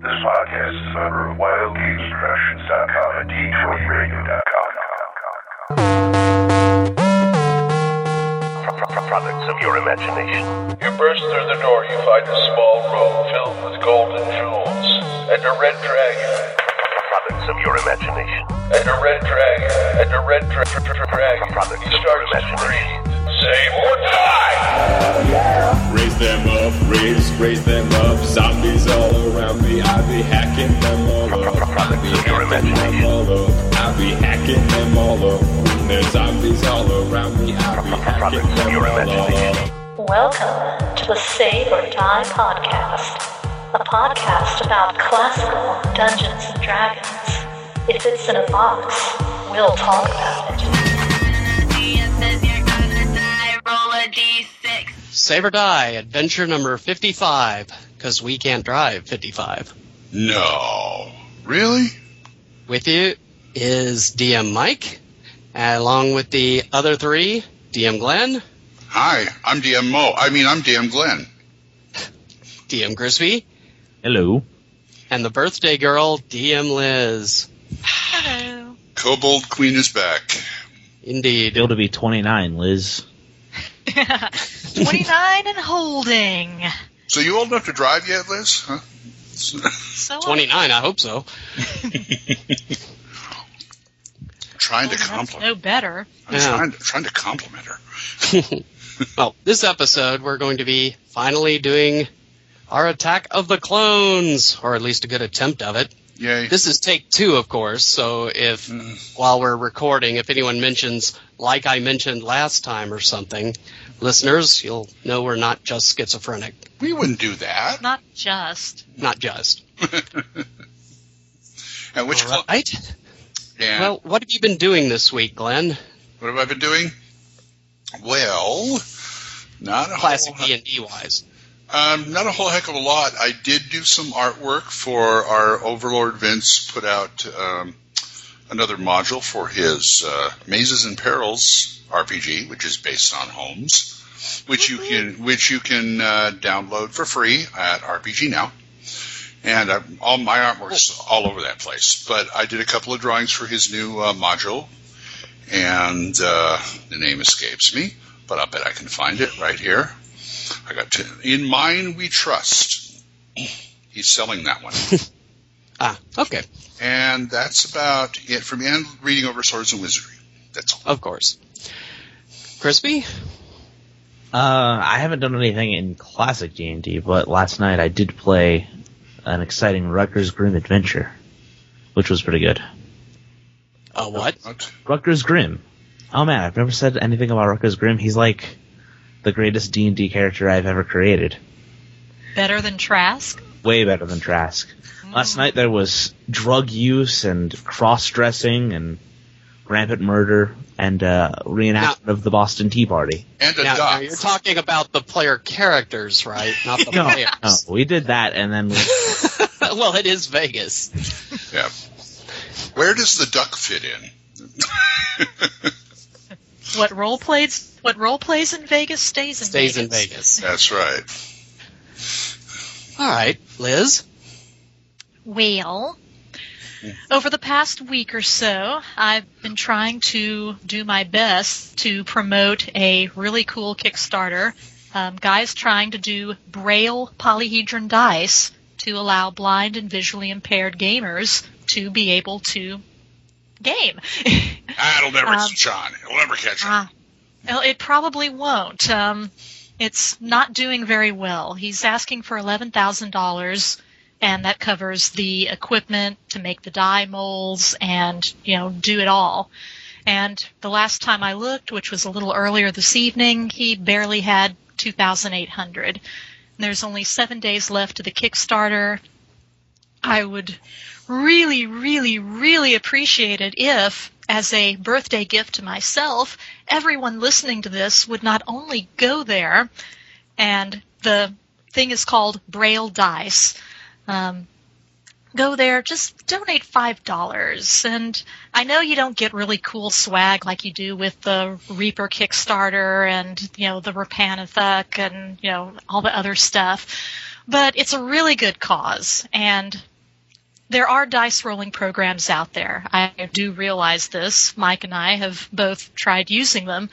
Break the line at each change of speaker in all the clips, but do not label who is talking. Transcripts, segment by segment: podcast is a member of WildGamesProductions.com and DetroitRadio.com.
Products of your imagination.
You burst through the door, you find a small room filled with golden jewels, and a red dragon,
Products of your imagination.
and a red dragon, and a red dra- dra- dra- dragon.
Products
He
of your
starts to
imagination.
breathe. Save or die!
Raise them up, raise, raise them up. Zombies all around me. I be hacking them all up. I be
Your
hacking them
imagination.
all up. I be hacking them all up. There's zombies all around me. I be hacking
Products of
them
your
all up.
imagination.
Welcome to the Save or Die podcast, a podcast about classical Dungeons and Dragons. If it's in a box, we'll talk about it.
Save or Die, adventure number 55, because we can't drive 55.
No. Really?
With you is DM Mike, along with the other three, DM Glenn,
Hi, I'm DM Mo. I mean, I'm DM Glenn.
DM Grisby,
Hello.
and the birthday girl, DM Liz.
Kobold Queen is back.
Indeed.
Bill to be 29, Liz.
29 and holding.
So you old enough to drive yet, Liz? Huh?
So
29, I hope so.
trying to
Well, that's
compliment.
no better.
I'm
Yeah.
trying to, trying to compliment her.
Well, this episode, we're going to be finally doing our Attack of the Clones, or at least a good attempt of it.
Yay. Mm.
This is take two, of course. So if while we're recording, if anyone mentions like I mentioned last time or something, listeners, you'll know we're not just schizophrenic.
we wouldn't do that.
Not just.
Not just.
And which clo-
right?
yeah.
Well, what have you been doing this week, Glenn?
what have I been doing? Well, not a
Classic
whole,
D and D wise.
Um, not a whole heck of a lot. I did do some artwork for our Overlord Vince. Put out um, another module for his uh, Mazes and Perils RPG, which is based on Holmes, which you can which you can uh, download for free at RPG Now. And i all my artwork's all over that place. But I did a couple of drawings for his new uh, module, and uh, the name escapes me. But I bet I can find it right here. I got to, in mine we trust. He's selling that one,
Ah, okay.
and that's about it from and reading over Swords and Wizardry. That's all.
Of course. Crispy?
Uh, I haven't done anything in classic D&D, but last night I did play an exciting Rutgers Grim adventure, which was pretty good.
Uh, what?
What?
Rutgers Grim. Oh man, I've never said anything about Rutgers Grim. He's like the greatest D&D character I've ever created.
Better than Trask?
Way better than Trask. Last night there was drug use and cross-dressing and rampant murder and uh, reenactment of the Boston Tea Party.
And a
Now, now
duck.
you're talking about the player characters, right? Not the
No, no,
players.
Oh, we did that, and then we,
well, it is Vegas.
yeah. Where does the duck fit in?
What role plays what role plays in Vegas stays in
Stays
Vegas.
in Vegas.
That's right.
All right, Liz.
Well, over the past week or so, I've been trying to do my best to promote a really cool Kickstarter. Um, guys trying to do braille polyhedron dice to allow blind and visually impaired gamers to be able to game.
That'll Ah, never
Um,
catch on. It'll never catch on.
Ah, well, it probably won't. Um, it's not doing very well. He's asking for eleven thousand dollars, and that covers the equipment to make the die molds and you know do it all. And the last time I looked, which was a little earlier this evening, he barely had two thousand eight hundred. There's only seven days left to the Kickstarter. I would really, really, really appreciate it if, as a birthday gift to myself, everyone listening to this would not only go there, and the thing is called Braille Dice. Um, go there, just donate $5. And I know you don't get really cool swag like you do with the Reaper Kickstarter and, you know, the Rapanathuk and, you know, all the other stuff, but it's a really good cause. And there are dice rolling programs out there. I do realize this. Mike and I have both tried using them.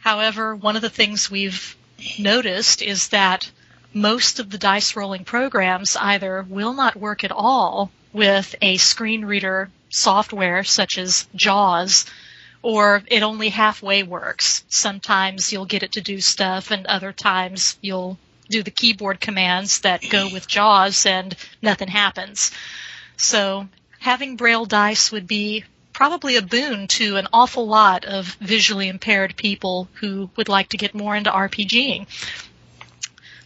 However, one of the things we've noticed is that most of the dice rolling programs either will not work at all with a screen reader software such as JAWS, or it only halfway works. Sometimes you'll get it to do stuff, and other times you'll do the keyboard commands that go with JAWS and nothing happens. So having braille dice would be probably a boon to an awful lot of visually impaired people who would like to get more into RPGing.
And if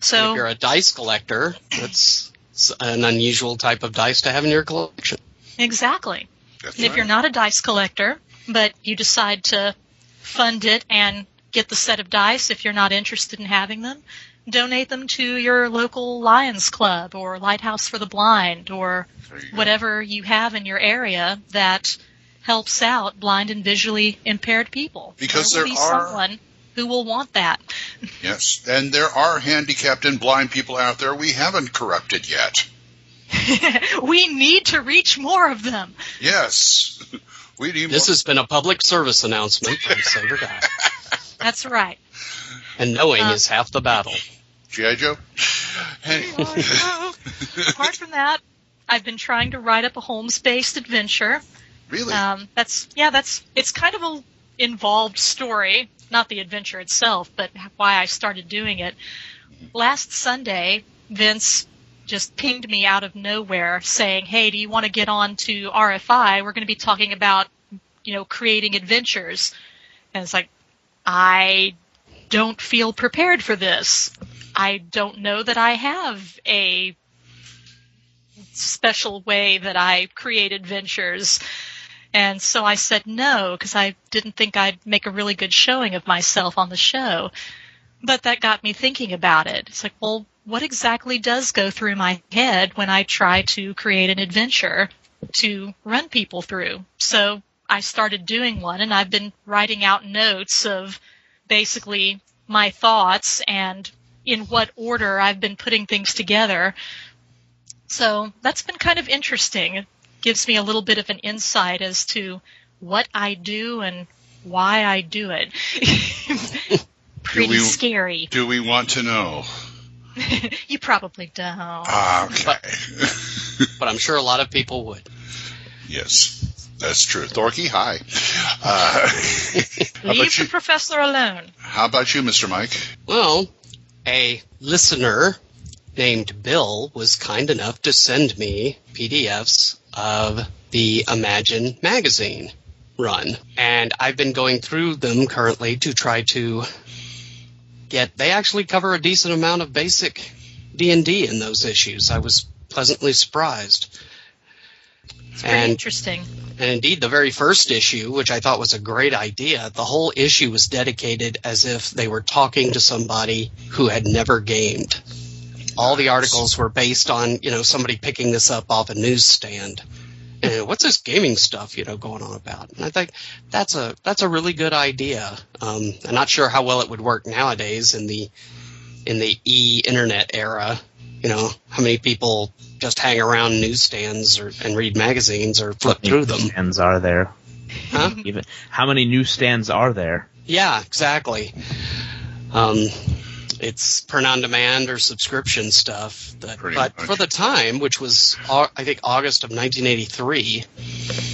So
you're a dice collector, that's s- an unusual type of dice to have in your collection.
exactly.
That's
And if
right.
you're not a dice collector, but you decide to fund it and get the set of dice if you're not interested in having them, donate them to your local Lions Club or Lighthouse for the Blind or
There you go.
whatever you have in your area that helps out blind and visually impaired people.
Because
there will
there
be
are-
someone who will want that.
Yes, and there are handicapped and blind people out there we haven't corrupted yet.
we need to reach more of them.
Yes, we need
This
more.
has been a public service announcement from Saber Guy.
That's right.
And knowing
Uh,
is half the battle.
GI Joe. Hey,
Apart from that, I've been trying to write up a Holmes-based adventure.
really?
Um, that's yeah, that's it's kind of a involved story, not the adventure itself, but why I started doing it. Last Sunday, Vince just pinged me out of nowhere saying, "Hey, do you want to get on to RFI? We're going to be talking about, you know, creating adventures." And it's like, I don't feel prepared for this. I don't know that I have a special way that I create adventures. And so I said no because I didn't think I'd make a really good showing of myself on the show. But that got me thinking about it. It's like, well, what exactly does go through my head when I try to create an adventure to run people through? So I started doing one and I've been writing out notes of basically my thoughts and in what order I've been putting things together. So that's been kind of interesting. It gives me a little bit of an insight as to what I do and why I do it. Pretty
we-
scary.
Do we want to know?
You probably don't.
Ah, okay.
But I'm sure a lot of people would.
yes, that's true. Thorky, hi. Uh, how
Leave
about
the
you?
professor alone.
How about you, Mr. Mike?
Well, a listener named Bill was kind enough to send me PDFs of the Imagine magazine run. And I've been going through them currently to try to get they actually cover a decent amount of basic D&D in those issues. I was pleasantly surprised.
Pretty
and
interesting.
and indeed, the very first issue, which I thought was a great idea, the whole issue was dedicated as if they were talking to somebody who had never gamed. All the articles were based on, you know, somebody picking this up off a newsstand. And what's this gaming stuff, you know, going on about? And I think that's a that's a really good idea. Um, I'm not sure how well it would work nowadays in the in the e internet era. You know, how many people just hang around newsstands or and read magazines or flip through them?
Stands are there?
Huh?
Even how many newsstands are there?
Yeah, exactly. Um, it's print on demand or subscription stuff. That,
Pretty
but
much.
for the time, which was au- I think August of 1983,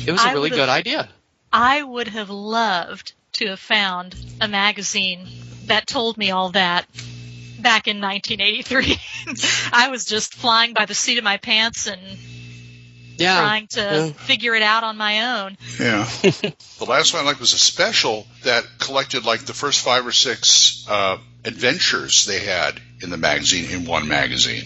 it was a
I
really
would've-
good idea.
I would have loved to have found a magazine that told me all that back in 1983. I was just flying by the seat of my pants and
Yeah,
trying to
Oh. yeah.
figure it out on my own.
Yeah. the last one I liked was a special that collected like the first five or six uh, adventures they had in the magazine in one magazine.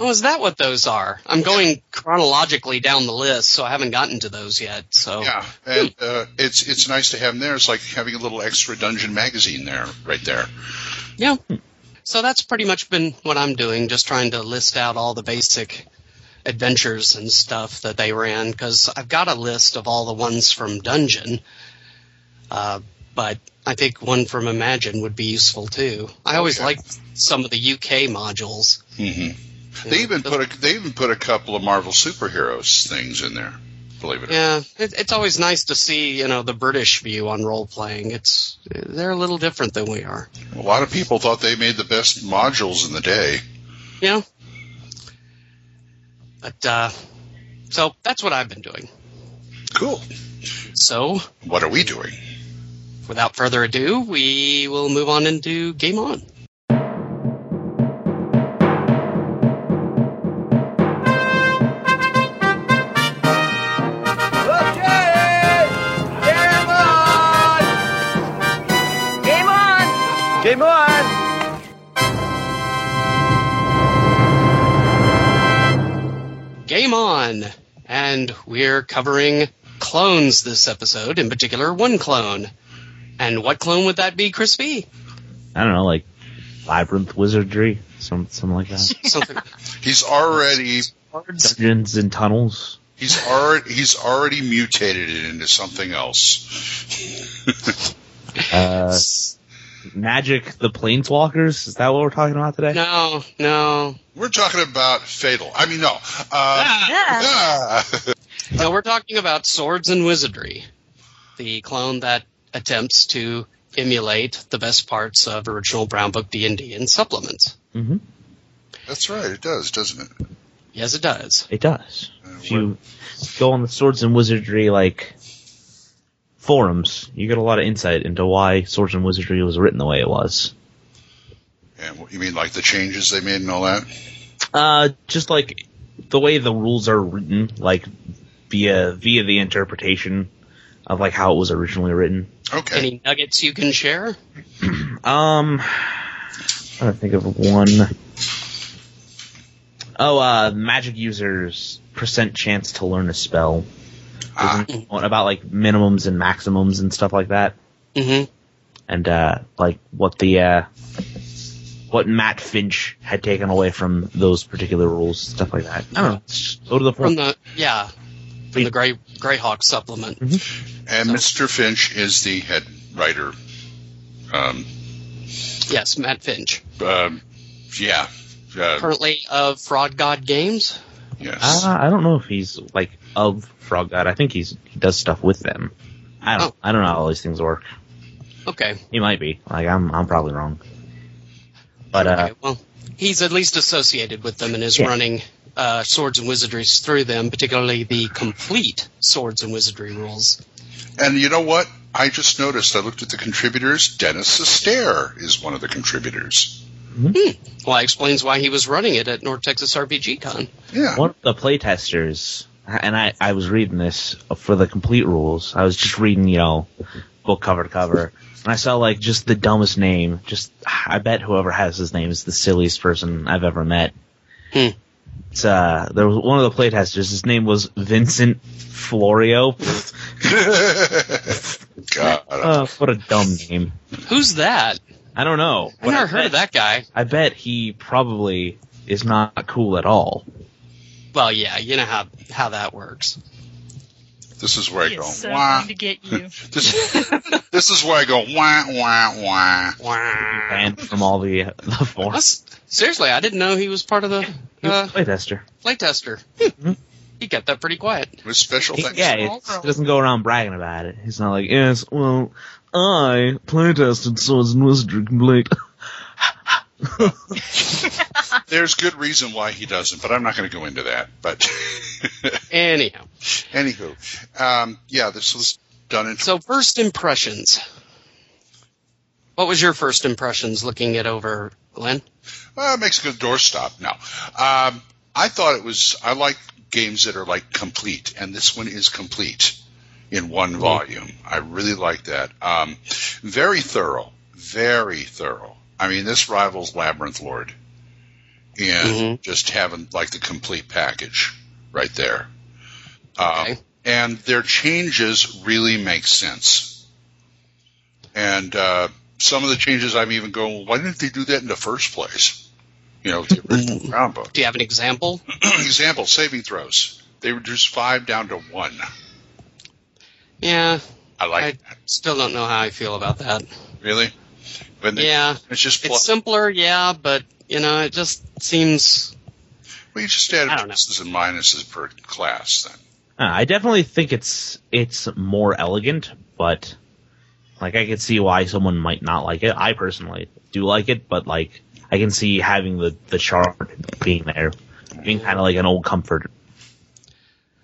Oh, is that what those are? I'm going chronologically down the list, so I haven't gotten to those yet. So
Yeah, and uh, it's it's nice to have them there. It's like having a little extra dungeon magazine there, right there.
Yeah. So that's pretty much been what I'm doing, just trying to list out all the basic adventures and stuff that they ran, because I've got a list of all the ones from Dungeon, uh, but I think one from Imagine would be useful too. I always
Okay.
liked some of the UK modules.
Mm-hmm. They even put a, they even put a couple of Marvel superheroes things in there. Believe it. or
Yeah, it, it's always nice to see you know the British view on role playing. It's they're a little different than we are.
not. A lot of people thought they made the best modules in the day.
You know, but uh, so that's what I've been doing.
Cool.
So
What are we doing?
without further ado, we will move on into game on.
Game on!
Game on! And we're covering clones this episode, in particular, one clone. And what clone would that be, Crispy?
I don't know, like labyrinth wizardry, some something like that.
Something.
He's already
cards?
Dungeons and tunnels.
he's already he's already mutated it into something else.
Uh, magic, the planeswalkers. Is that what we're talking about today?
No, no.
We're talking about Fatal. I mean, no. Uh,
Yeah.
ah.
No, we're talking about Swords and Wizardry, the clone that attempts to emulate the best parts of original Brown Book D&D and supplements.
Mm-hmm.
That's right. It does, doesn't it?
Yes, it does.
It does. If you go on the swords and wizardry like forums, you get a lot of insight into why swords and wizardry was written the way it was.
And what- you mean like the changes they made and all that?
Uh, just like the way the rules are written, like via via the interpretation of like how it was originally written.
Okay.
Any nuggets you can share?
Um, I don't think of one. Oh, uh, magic users percent chance to learn a spell.
Ah.
There's one about like minimums and maximums and stuff like that,
Mm-hmm.
and uh, like what the uh, what Matt Finch had taken away from those particular rules, stuff like that. I don't know. Just Go to the
From
forum.
the, yeah, from the Grey, Greyhawk supplement.
And Mr. Finch is the head writer. Um,
Yes, Matt Finch.
um, yeah. Uh,
currently of Fraud God Games.
yes.
Uh, I don't know if he's like of Frog God. I think he's he does stuff with them. I don't.
Oh.
I don't know how all these things work.
Okay.
He might be. Like I'm I'm probably wrong. But uh
okay. Well, he's at least associated with them and is
Yeah.
running uh, Swords and Wizardries through them, particularly the complete Swords and Wizardry rules.
And you know what? I just noticed. I looked at the contributors. Dennis Astaire is one of the contributors.
Well, that explains why he was running it at North Texas RPG Con.
Yeah.
one of the playtesters and I I was reading this for the complete rules. I was just reading, you know, book cover to cover. And I saw like just the dumbest name. Just I bet whoever has his name is the silliest person I've ever met.
Hmm.
It's uh there was one of the playtesters, his name was Vincent Florio. Pfft,
God.
uh, what a dumb name.
Who's that?
I don't know.
I've never heard of that guy.
I bet he probably is not cool at all.
Well, yeah, you know how how that works.
This is where I
He
go.
is so
wah.
uh, going to get you.
This, this is where I go. Wah wah wah.
Wow.
banned from all the the forums.
That's- Seriously, I didn't know he was part of the
He
uh,
was a playtester.
playtester.
Hmm.
He kept that pretty quiet.
With special
He-
thanks.
yeah, it's- he doesn't go around bragging about it. He's not like, yes, well, I playtested Swords and Wizardry Complete.
There's good reason why he doesn't, but I'm not going to go into that. But
Anyhow.
anywho, um, yeah, this was done in.
So first impressions. What was your first impressions looking it over, Glenn?
Well, it makes a good doorstop. No, um, I thought it was. I like games that are like complete, and this one is complete in one volume. I really like that. Um, very thorough, very thorough. I mean, this rivals Labyrinth Lord in
Mhm.
just having like the complete package right there. Um,
Okay.
And their changes really make sense. And uh, some of the changes I'm even going, well, why didn't they do that in the first place? You know, with the original Brown Book.
Do you have an example?
Example, saving throws. They reduced five down to one.
Yeah,
I like
I
that.
still don't know how I feel about that.
Really? When they,
Yeah,
It's just
it's
plus.
simpler, yeah, but you know, it just seems
Well, you just
I
added
don't know.
pluses and minuses per class then.
Uh, I definitely think it's it's more elegant, but like I could see why someone might not like it. I personally do like it, but like I can see having the the chart being there, being kind of like an old comfort.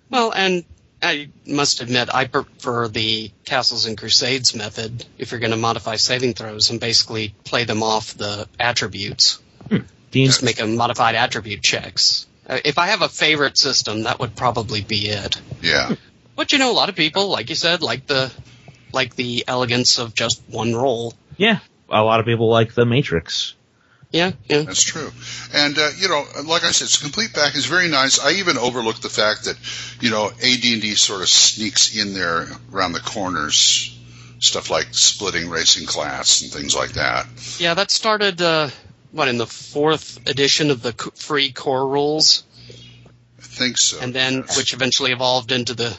Well, and I must admit, I prefer the Castles and Crusades method if you're going to modify saving throws and basically play them off the attributes.
Dean's
Just make a modified attribute checks. Uh, If I have a favorite system, that would probably be it.
Yeah.
But you know, a lot of people, like you said, like the like the elegance of just one roll.
yeah, a lot of people like the Matrix.
Yeah, yeah.
That's true. And, uh, you know, like I said, it's a complete package. It's very nice. I even overlooked the fact that, you know, AD&D sort of sneaks in there around the corners, stuff like splitting racing class and things like that.
Yeah, that started uh, what in the fourth edition of the c- free core rules,
I think so.
and then which eventually evolved into the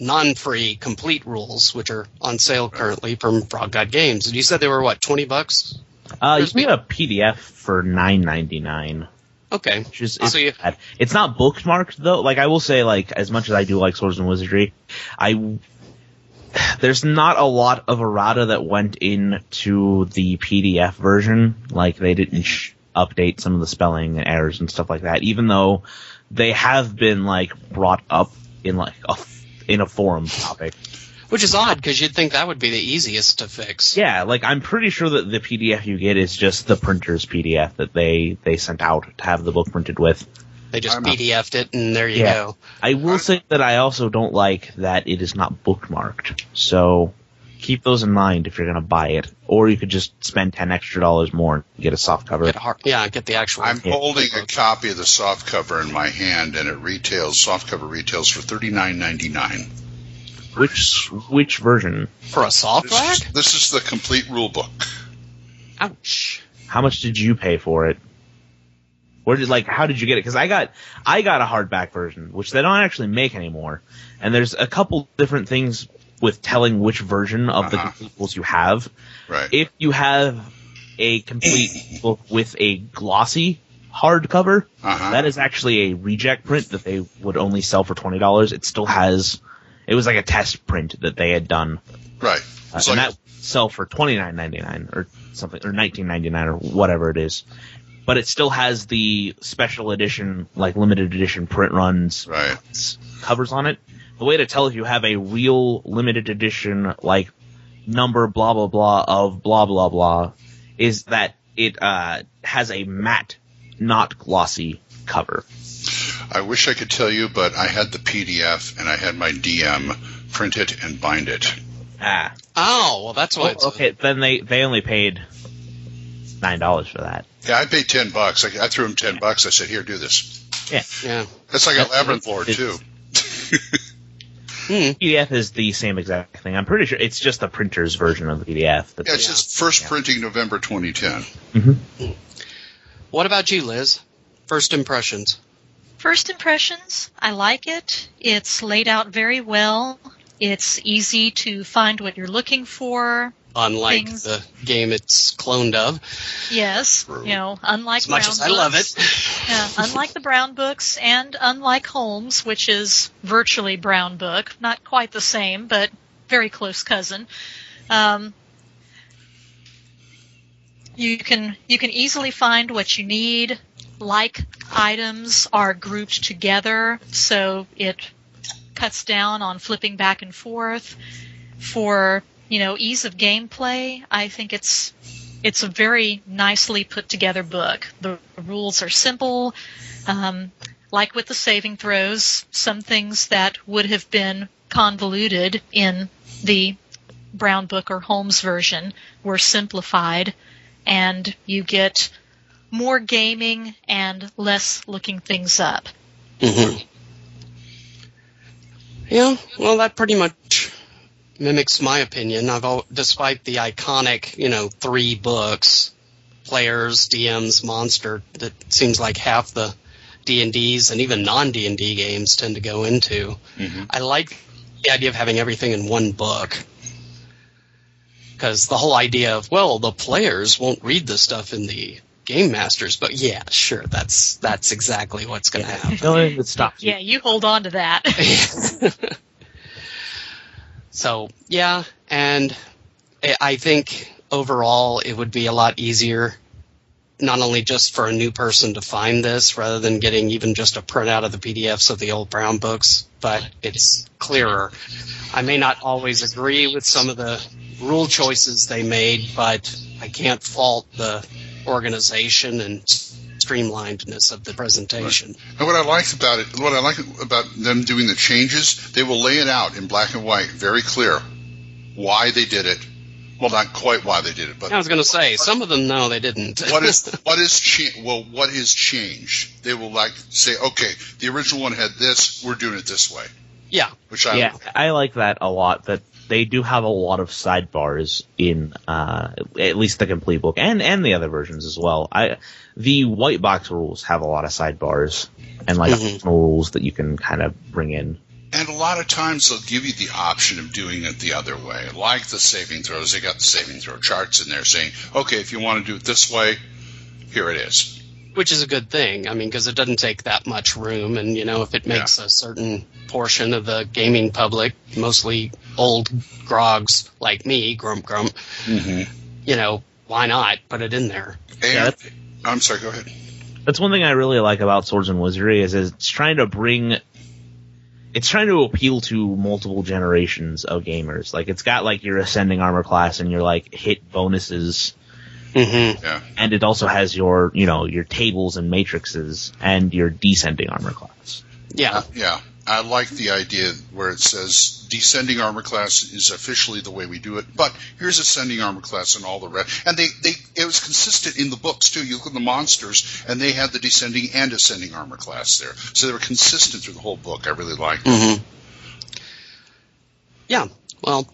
non-free complete rules, which are on sale currently from Frog God Games. And you said they were what twenty bucks?
Uh, you can get a PDF for nine ninety nine.
Okay,
which is,
Oh, So you-
is bad. It's not bookmarked though. Like I will say, like as much as I do like Swords and Wizardry, I there's not a lot of errata that went into the PDF version. Like they didn't sh- update some of the spelling and errors and stuff like that. Even though they have been like brought up in like a f- in a forum topic.
which is odd because you'd think that would be the easiest to fix.
Yeah, like I'm pretty sure that the PDF you get is just the printer's PDF that they they sent out to have the book printed with.
They just
I'm-
PDF'd it, and there you
Yeah.
go.
I will say that I also don't like that it is not bookmarked. So keep those in mind if you're going to buy it, or you could just spend ten extra dollars more and get a soft cover.
Get a hard, yeah, get the actual.
I'm
Yeah.
holding a copy of the soft cover in my hand, and it retails, soft cover retails for thirty nine ninety nine.
Which which version?
for a soft
This,
rack?
is- this is the complete rule book.
Ouch.
How much did you pay for it? Where did like how did you get it? Because I got I got a hardback version, which they don't actually make anymore. And there's a couple different things with telling which version of the
Uh-huh.
completes you have.
Right.
if you have a complete book with a glossy hardcover,
Uh-huh.
that is actually a reject print that they would only sell for twenty dollars. It still has, it was like a test print that they had done,
right.
uh,
It's like-
and that would sell for twenty nine ninety nine or something or nineteen ninety nine or whatever it is. But it still has the special edition, like limited edition print runs
right.
s- covers on it. The way to tell if you have a real limited edition, like number blah blah blah of blah blah blah, is that it uh, has a matte, not glossy cover.
I wish I could tell you, but I had the PDF and I had my DM print it and bind it.
Ah,
Oh, well, that's why it's.
okay. Then they they only paid nine dollars for that.
Yeah, I paid ten bucks. I, I threw him ten bucks. I said, "Here, do this."
Yeah.
That's like a
That's-
labyrinth lore
it's- Hmm.
too.
PDF is the same exact thing. I'm pretty sure it's just the printer's version of the PDF. that
Yeah, it's
Yeah.
its first printing November 2010.
What about you, Liz? First impressions.
First impressions, I like it. It's laid out very well. It's easy to find what you're looking for.
Unlike
Things.
the game it's cloned of,
Yes, you know, unlike
as much
Brown
as I love
books,
it.
yeah, Uh, unlike the Brown books and unlike Holmes, which is virtually Brown book, not quite the same, but very close cousin. Um, you can you can easily find what you need. Like items are grouped together, so it cuts down on flipping back and forth. For you know ease of gameplay, I think it's it's a very nicely put together book. The rules are simple. Um, like with the saving throws, some things that would have been convoluted in the Brown Book or Holmes version were simplified, and you get more gaming and less looking things up.
Yeah, well, that pretty much mimics my opinion. I've al- despite the iconic, you know, three books, players, DMs, monster that seems like half the D and D's and even non D and D games tend to go into. I like the idea of having everything in one book. Because the whole idea of well, the players won't read the stuff in the game masters, but yeah, sure, that's that's exactly what's going to happen.
The only thing that stops you.
Yeah, you hold on to that.
so yeah, and I- I think overall it would be a lot easier, not only just for a new person to find this, rather than getting even just a printout of the PDFs of the old Brown books, but it's clearer. I may not always agree with some of the rule choices they made, but I can't fault the organization and streamlinedness of the presentation.
And what I liked about it, what I like about them doing the changes, they will lay it out in black and white, very clear, why they did it. Well, not quite why they did it, but
I was going to say some of them no, they didn't.
what is what is cha- well, what is changed? They will like say, okay, the original one had this, we're doing it this way,
yeah,
which I
yeah, I like that a lot. That they do have a lot of sidebars in uh, at least the complete book and and the other versions as well. I the white box rules have a lot of sidebars and like
Mhm.
Mm-hmm.
optional rules that you can kind of bring in.
And a lot of times they'll give you the option of doing it the other way. Like the saving throws, they got the saving throw charts in there saying, okay, if you want to do it this way, here it is.
which is a good thing. I mean, because it doesn't take that much room, and you know, if it makes a certain portion of the gaming public, mostly old grogs like me, grump grump,
Mm-hmm.
you know, why not put it in there?
Yeah,
And I'm sorry, go ahead.
That's one thing I really like about Swords and Wizardry is, is it's trying to bring it's trying to appeal to multiple generations of gamers. Like it's got like your ascending armor class and your like hit bonuses
Mm-hmm.
Yeah.
and it also has your you know your tables and matrices and your descending armor class.
Yeah,
Yeah. I like the idea where it says descending armor class is officially the way we do it, but here's ascending armor class and all the rest. And they, they it was consistent in the books too. You look at the monsters, and they had the descending and ascending armor class there, so they were consistent through the whole book. I really liked. it.
Mm-hmm. Yeah. Well,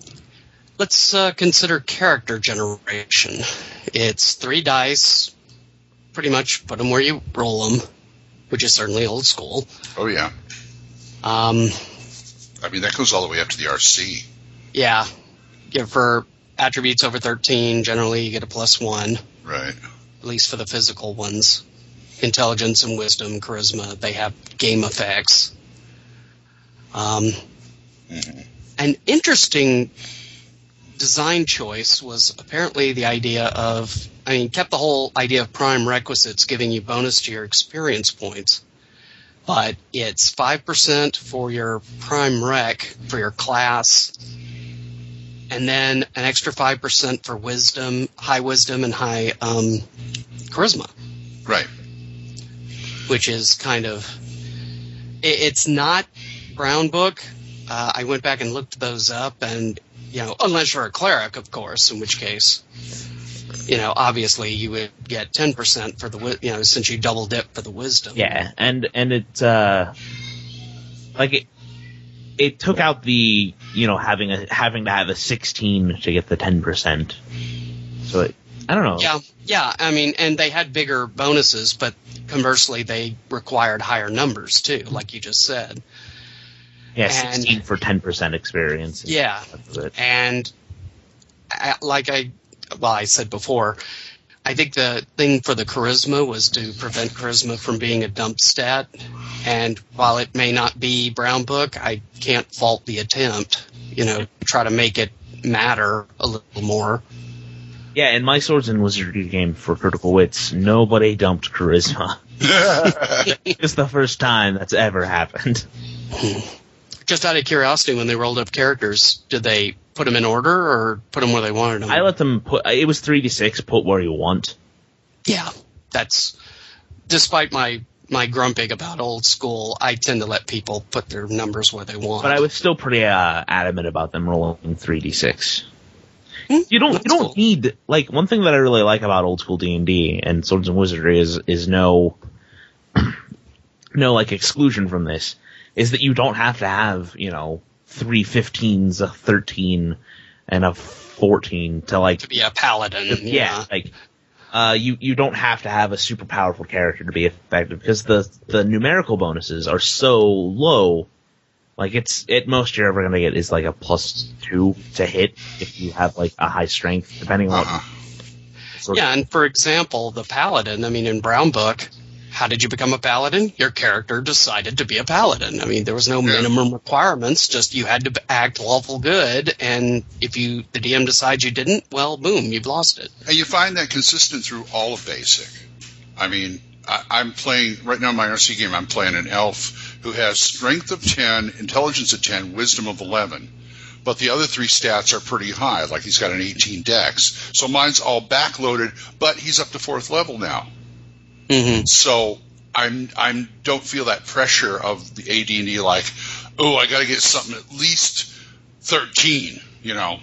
let's uh, consider character generation. It's three dice. Pretty much put them where you roll them, which is certainly old school.
Oh yeah.
Um,
I mean, that goes all the way up to the RC.
yeah. yeah. For attributes over 13, generally you get a plus one,
Right.
at least for the physical ones. Intelligence and wisdom, charisma, they have game effects. Um,
Mhm.
an interesting design choice was apparently the idea of I mean kept the whole idea of prime requisites giving you bonus to your experience points but it's 5% for your prime rec for your class and then an extra 5% for wisdom high wisdom and high um, charisma
Right.
which is kind of it, it's not brown book uh, i went back and looked those up and you know unless you're a cleric of course in which case you know obviously you would get 10% for the wi- you know since you double dip for the wisdom
Yeah, and and it uh, like it it took out the you know having a having to have a sixteen to get the ten percent. So it, I don't know.
yeah yeah i mean and they had bigger bonuses but conversely they required higher numbers too like you just said
yeah,
and-
sixteen for ten percent experience. is
yeah
part of it.
and I, like I, well, I said before, I think the thing for the charisma was to prevent charisma from being a dump stat. And while it may not be Brown Book, I can't fault the attempt. You know, try to make it matter a little more.
Yeah, in my swords and wizardry game for critical wits, nobody dumped charisma. it's the first time that's ever happened.
Just out of curiosity, when they rolled up characters, did they put them in order or put them where they wanted them?
I let them put. It was three d six. Put where you want.
yeah, that's despite my my grumping about old school. I tend to let people put their numbers where they want.
but I was still pretty uh, adamant about them rolling 3d6.
Hmm,
You don't you
that's
don't
cool.
need like one thing that I really like about old school D and D and Swords and Wizardry is is no no like exclusion from this is that you don't have to have you know three 15s, a thirteen, and a fourteen to like
to be a paladin.
yeah, like uh, you you don't have to have a super powerful character to be effective because the the numerical bonuses are so low. Like it's at most you're ever gonna get is like a plus two to hit if you have like a high strength, depending on
Uh-huh.
what So-
Yeah, and for example, the paladin, I mean, in Brown Book, how did you become a paladin? Your character decided to be a paladin. I mean, there was no
Yeah.
minimum requirements, just you had to b- act lawful good, and if you the DM decides you didn't, well, boom, you've lost it.
And you find that consistent through all of Basic. I mean, I, I'm playing right now in my RC game. I'm playing an elf who has strength of ten, intelligence of ten, wisdom of eleven, but the other three stats are pretty high. Like he's got an 18 dex, so mine's all backloaded. But he's up to fourth level now,
Mm-hmm.
so I'm I'm don't feel that pressure of the AD&D like, oh, I got to get something at least 13. You know,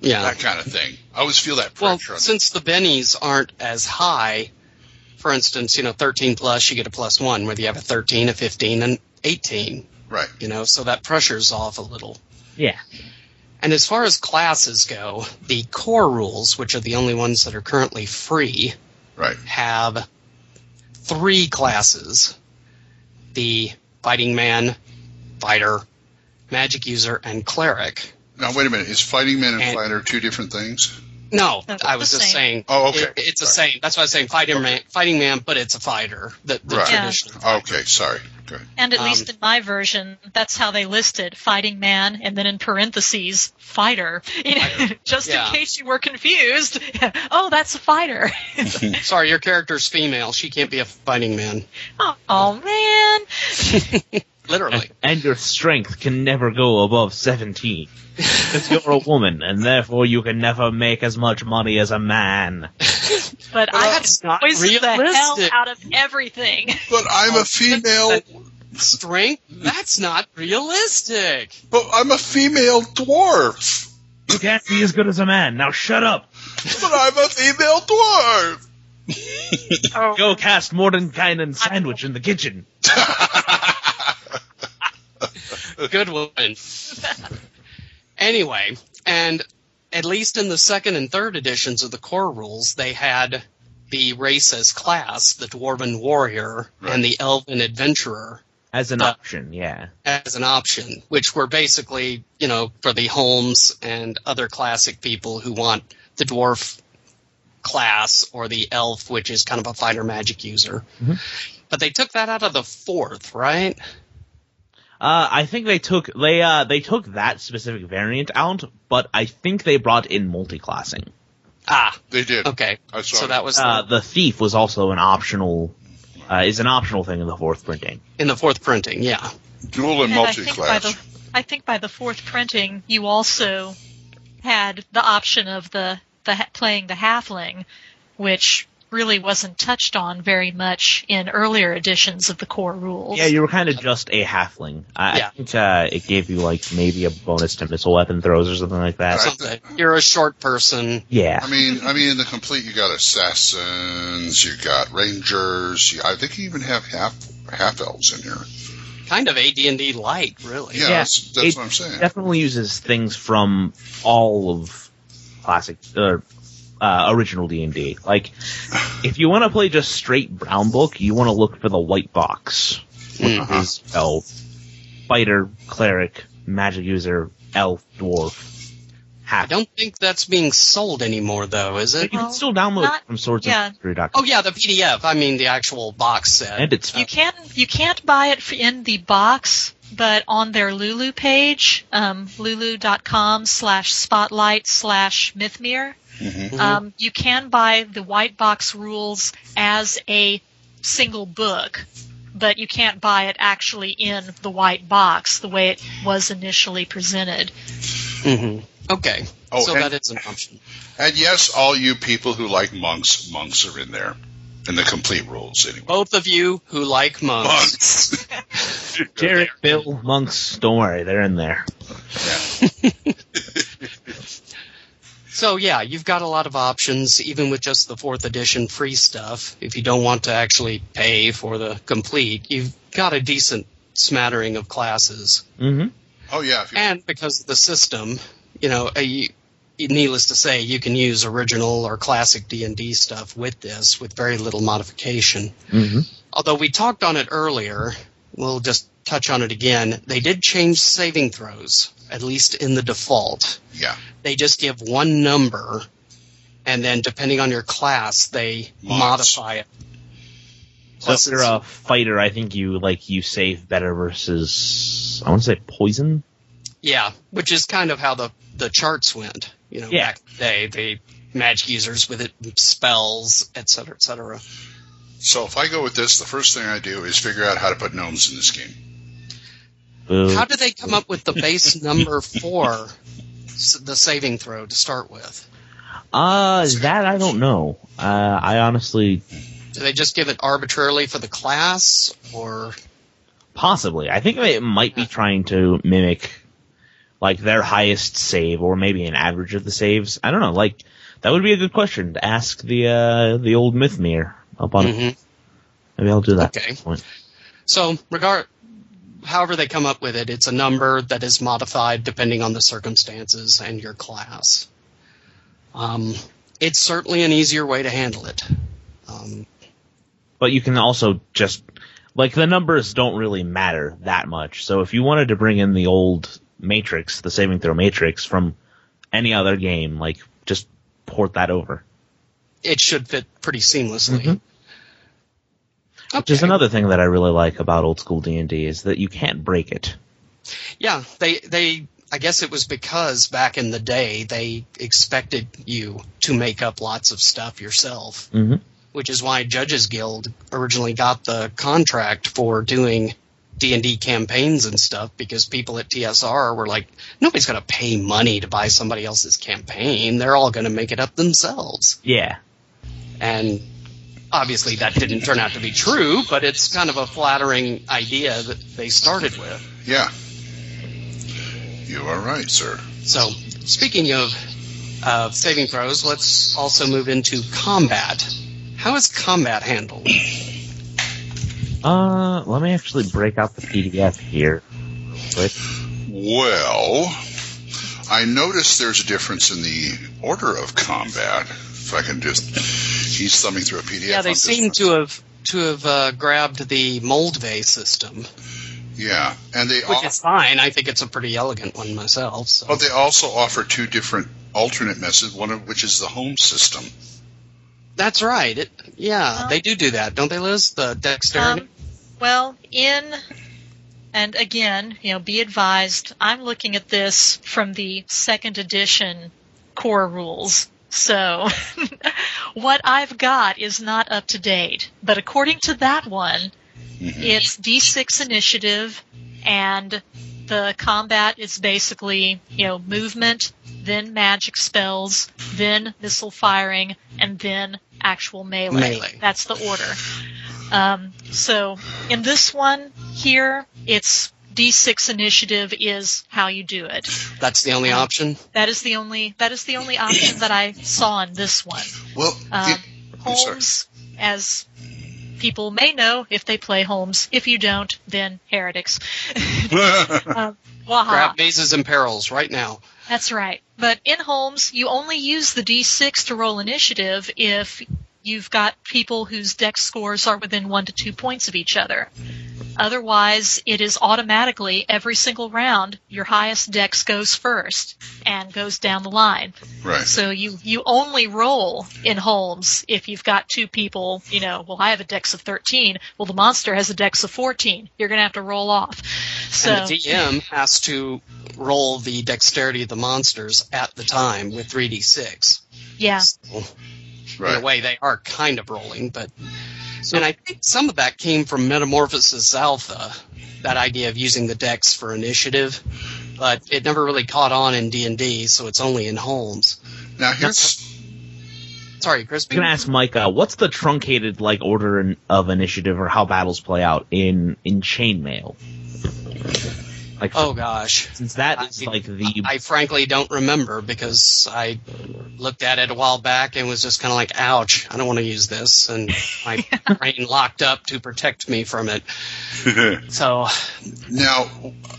Yeah.
that kind of thing. I always feel that
Well,
pressure. on
since the bennies aren't as high, for instance, you know, 13 plus, you get a plus one, whether you have a 13, a 15, and 18,
right.
you know, so that pressure's off a little.
yeah.
And as far as classes go, the core rules, which are the only ones that are currently free,
Right.
have three classes the fighting man, fighter, magic user, and cleric.
Now wait a minute. Is fighting man and,
And-
fighter two different things?
No,
That's
I was
the
just
same.
saying.
Oh, okay.
it- it's the same. That's why I was saying fighting man, fighting man, but it's a fighter. The, the
Right.
Yeah.
traditional.
Okay, sorry. Good.
And at
Um,
least in my version, that's how they listed fighting man and then in parentheses fighter. You know, just
Yeah.
in case you were confused. oh, that's a fighter.
Sorry, your character's female. She can't be a fighting man.
oh, man.
Literally.
And your strength can never go above 17. Because you're a woman, and therefore you can never make as much money as a man.
But I can
That's not
poison the hell
realistic.
out of everything.
But I'm a female.
Strength? That's not realistic.
But I'm a female dwarf.
You can't be as good as a man. Now shut up!
But I'm a female dwarf.
Oh,
Go cast Mordenkainen sandwich in the kitchen.
Good one. anyway, and at least in the second and third editions of the core rules, they had the race as class, the dwarven warrior and the elven adventurer
As an option, yeah.
as an option, which were basically, you know, for the Holmes and other classic people who want the dwarf class or the elf, which is kind of a fighter magic user. But they took that out of the fourth, right?
Uh, I think they took they uh they took that specific variant out, but I think they brought in multiclassing.
Ah,
They did.
okay.
I saw
So
it.
that was
Uh,
the
the thief was also an optional uh, is an optional thing in the fourth printing.
in the fourth printing, yeah.
Dual and
And I think, by
multi-class.
the, I think by the fourth printing, you also had the option of the, the ha- playing the halfling, which really wasn't touched on very much in earlier editions of the core rules.
Yeah, you were kind of just a halfling. I,
Yeah.
I think uh, it gave you like maybe a bonus to missile weapon throws or something like that.
Right.
Something. You're a short person.
Yeah,
I mean, I mean, in the complete, you got assassins, you got rangers. You, I think you even have half half elves in here.
Kind of AD&D light, really.
Yeah, that's, that's
It
what I'm saying.
definitely uses things from all of classic or uh, original D and D. Like, if you want to play just straight Brown Book, you want to look for the white box, which
Hmm.
Mhm.
is you know, fighter, cleric, magic user, elf, dwarf,
I
half.
don't think that's being sold anymore, though, is
But
it?
you can still download
Oh, Not-
it from Swords
yeah.
and Sorcery dot
Oh,
com.
yeah, the PDF. I mean, the actual box set.
and it's
You can you can't buy it f- in the box, but on their Lulu page, um, lulu.com slash spotlight slash mythmere, um, you can buy the white box rules as a single book, but you can't buy it actually in the white box the way it was initially presented.
Mhm. Okay.
Oh,
so
and-
that is an option.
And yes, all you people who like monks, monks are in there, in the complete rules anyway.
both of you who like monks.
Monks.
Jared, Bill, monks. Don't worry, they're in there.
So yeah, you've got a lot of options, even with just the fourth edition free stuff. If you don't want to actually pay for the complete, you've got a decent smattering of classes.
hmm
Oh yeah, if you
And because of the system, you know, uh, you, needless to say, you can use original or classic D and D stuff with this, with very little modification.
hmm
Although we talked on it earlier, we'll just touch on it again. They did change saving throws, at least in the default.
yeah.
they just give one number and then depending on your class, they
Mods.
modify it.
So
Plus
if you're
it's-
a fighter, I think you like you save better versus I want to say poison.
Yeah, which is kind of how the the charts went. You know,
Yeah.
back in the day, the magic users with it, spells, et cetera, et cetera.
So if I go with this, the first thing I do is figure out how to put gnomes in this game.
Boo.
How did they come up with the base number four, s- the saving throw to start with?
Uh, that I don't know. Uh, I honestly
Do they just give it arbitrarily for the class, or
possibly. I think they might be trying to mimic like their highest save or maybe an average of the saves. I don't know. Like that would be a good question to ask the uh the old Mythmere up on.
Mhm.
Maybe I'll do that.
Okay.
at some point.
so? Regard, however they come up with it, it's a number that is modified depending on the circumstances and your class. Um, it's certainly an easier way to handle it. Um,
But you can also just like the numbers don't really matter that much. So if you wanted to bring in the old matrix, the saving throw matrix from any other game, like just port that over.
it should fit pretty seamlessly.
Mhm. Mm-hmm. Which is
Okay.
another thing that I really like about old school D and D is that you can't break it.
Yeah, they they I guess it was because back in the day they expected you to make up lots of stuff yourself,
Mhm.
which is why Judges Guild originally got the contract for doing D&D campaigns and stuff because people at TSR were like nobody's going to pay money to buy somebody else's campaign, they're all going to make it up themselves.
Yeah.
And obviously that didn't turn out to be true, but it's kind of a flattering idea that they started with.
Yeah. You are right, sir.
So, speaking of uh, saving throws, let's also move into combat. How is combat handled?
Uh, let me actually break out the PDF here. Quick.
Well, I noticed there's a difference in the order of combat. If I can just, he's thumbing through a PDF.
Yeah, they
I'm just-
seem to have to have uh, grabbed the Moldvay system,
Yeah, and they
which
all,
is fine. I think it's a pretty elegant one myself. So.
but they also offer two different alternate methods. One of which is the home system.
That's right. It, yeah, they do do that, don't they, Liz? The dexterity.
Um, well, in and again, you know, be advised. I'm looking at this from the second edition core rules. So, what I've got is not up to date. But according to that one, it's D6 initiative, and the combat is basically, you know, movement, then magic spells, then missile firing, and then actual melee.
Melee.
That's the order. Um, so in this one here, it's D6 initiative is how you do it.
That's the only option.
That is the only that is the only option that I saw in this one.
Well,
Uh,
Um,
it- I'm sorry.
Holmes, as people may know, if they play Holmes, if you don't, then heretics. um, waha.
Grab mazes and perils right now.
That's right. But in Holmes, you only use the D6 to roll initiative if you've got people whose dex scores are within one to two points of each other. Otherwise, it is automatically every single round your highest dex goes first and goes down the line.
right.
So you you only roll in Holmes if you've got two people. You know, well, I have a dex of thirteen. Well, the monster has a dex of fourteen. You're gonna have to roll off. So
And the DM has to roll the dexterity of the monsters at the time with 3d6.
yeah,
So- in a
Right.
way they are kind of rolling but and i think some of that came from metamorphosis alpha that idea of using the dex for initiative but it never really caught on in d&d so it's only in holmes
Now here's
sorry chris
I'm gonna ask Micah, what's the truncated like order in, of initiative or how battles play out in in chainmail? Like,
oh gosh
since that is like the
i frankly don't remember because i looked at it a while back and was just kind of like ouch i don't want to use this and my brain locked up to protect me from it so
Now,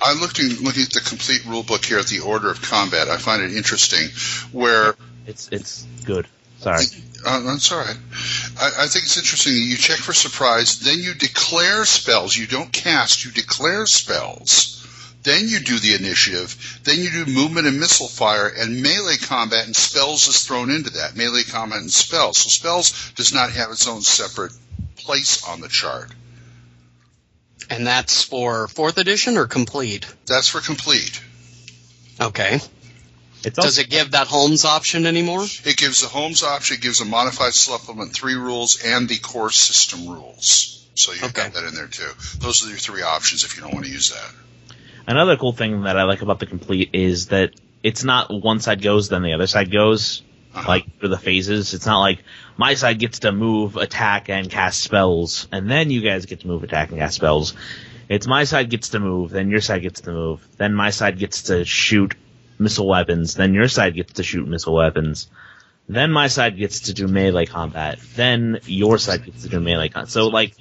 I looked in, looking at the complete rule book here at the order of combat. I find it interesting where
it's it's good. Sorry.
uh, that's all right. I, I think it's interesting. that You check for surprise, then you declare spells. You don't cast. You declare spells. Then you do the initiative. Then you do movement and missile fire and melee combat, and spells is thrown into that melee combat and spells. So spells does not have its own separate place on the chart.
And that's for fourth edition or complete?
That's for complete.
Okay.
It's
Does it give that Holmes option anymore?
It gives the Holmes option, it gives a modified supplement three rules and the core system rules. So you've
Okay.
got that in there too. Those are your three options if you don't want to use that.
Another cool thing that I like about the complete is that it's not one side goes then the other side goes.
Uh-huh.
Like for the phases, it's not like my side gets to move, attack, and cast spells, and then you guys get to move, attack, and cast spells. It's my side gets to move, then your side gets to move, then my side gets to shoot missile weapons, then your side gets to shoot missile weapons, then my side gets to do melee combat, then your side gets to do melee combat. So like,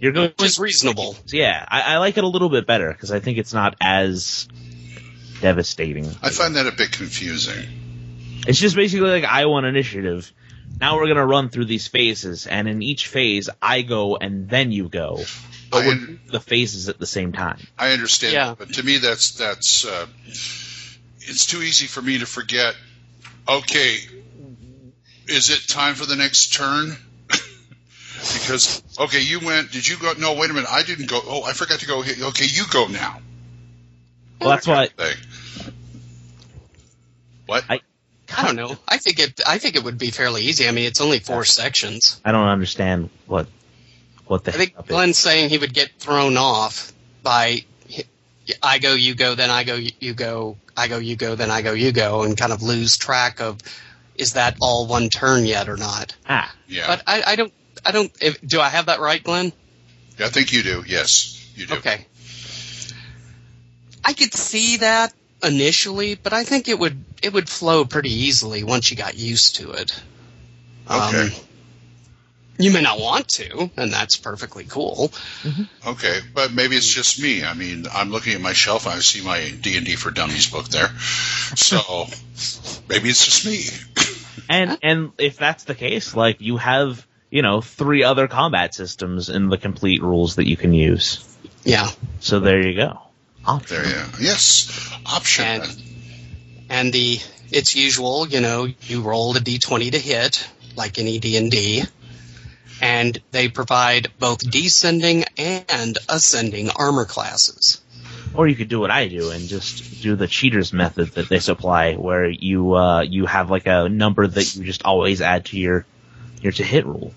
you're going
Which is reasonable.
so yeah, I, I like it a little bit better because I think it's not as devastating.
I find that a bit confusing.
It's just basically like I want initiative. Now we're gonna run through these phases, and in each phase, I go and then you go. But
I-
we're doing the phases at the same time.
I understand,
Yeah.
but to me, that's that's uh, it's too easy for me to forget. Okay, is it time for the next turn? because okay, you went. Did you go? No, wait a minute. I didn't go. Oh, I forgot to go. here. Okay, you go now.
Well, that's why
Thing. What?
I-
I don't know. I think it. I think it would be fairly easy. I mean, it's only four sections.
I don't understand what what the
I think
hiccup is.
Glenn's saying he would get thrown off by I go, you go, then I go, you go, I go, you go, then I go, you go, and kind of lose track of is that all one turn yet or not?
Ah,
yeah,
But I, I don't. I don't. If, do I have that right, Glenn?
I think you do. Yes, you do.
Okay. I could see that initially, but I think it would it would flow pretty easily once you got used to it.
Um,
Okay.
you may not want to, and that's perfectly cool.
Okay, but maybe it's just me. I mean, I'm looking at my shelf. I see my D and D for Dummies book there, so maybe it's just me.
and and if that's the case, like you have you know three other combat systems in the complete rules that you can use.
Yeah.
So there you go.
There you are. Yes, option.
And- And the it's usual, you know, you roll a d20 to hit, like any D&D, and they provide both descending and ascending armor classes.
Or you could do what I do and just do the cheaters method that they supply, where you uh, you have like a number that you just always add to your your to hit rule.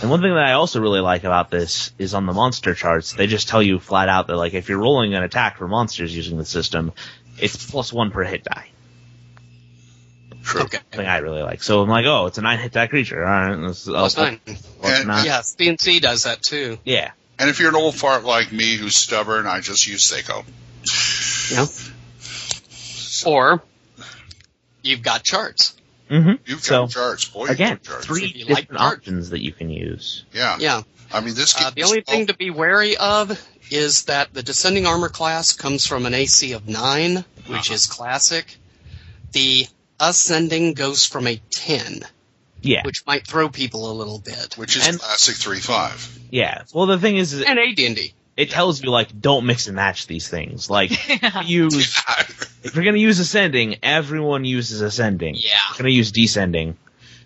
And one thing that I also really like about this is on the monster charts, they just tell you flat out that like if you're rolling an attack for monsters using the system, it's plus one per hit die.
True.
Okay.
Something I really like. So I'm like, oh, it's a nine hit die creature. All right, this is-
Plus nine.
plus
And-
nine.
Yeah, CNC does that too.
yeah.
And if you're an old fart like me who's stubborn, I just use Seiko.
Yeah. Or you've got charts.
Mm-hmm.
You've
So,
got charts, boy. you've
Again,
got charts.
three
If you like
different
art.
options that you can use.
Yeah.
Yeah.
I mean, this.
Uh,
game
the
is
only
all-
thing to be wary of is that the descending armor class comes from an AC of 9, which is classic. The ascending goes from a 10,
Yeah.
which might throw people a little bit.
which is
and-
classic three five.
Yeah. Well, the thing is, is
And AD&D.
it tells you like don't mix and match these things. Like use
Hmm.
if you're gonna use ascending, everyone uses ascending.
Yeah.
If you're gonna use descending.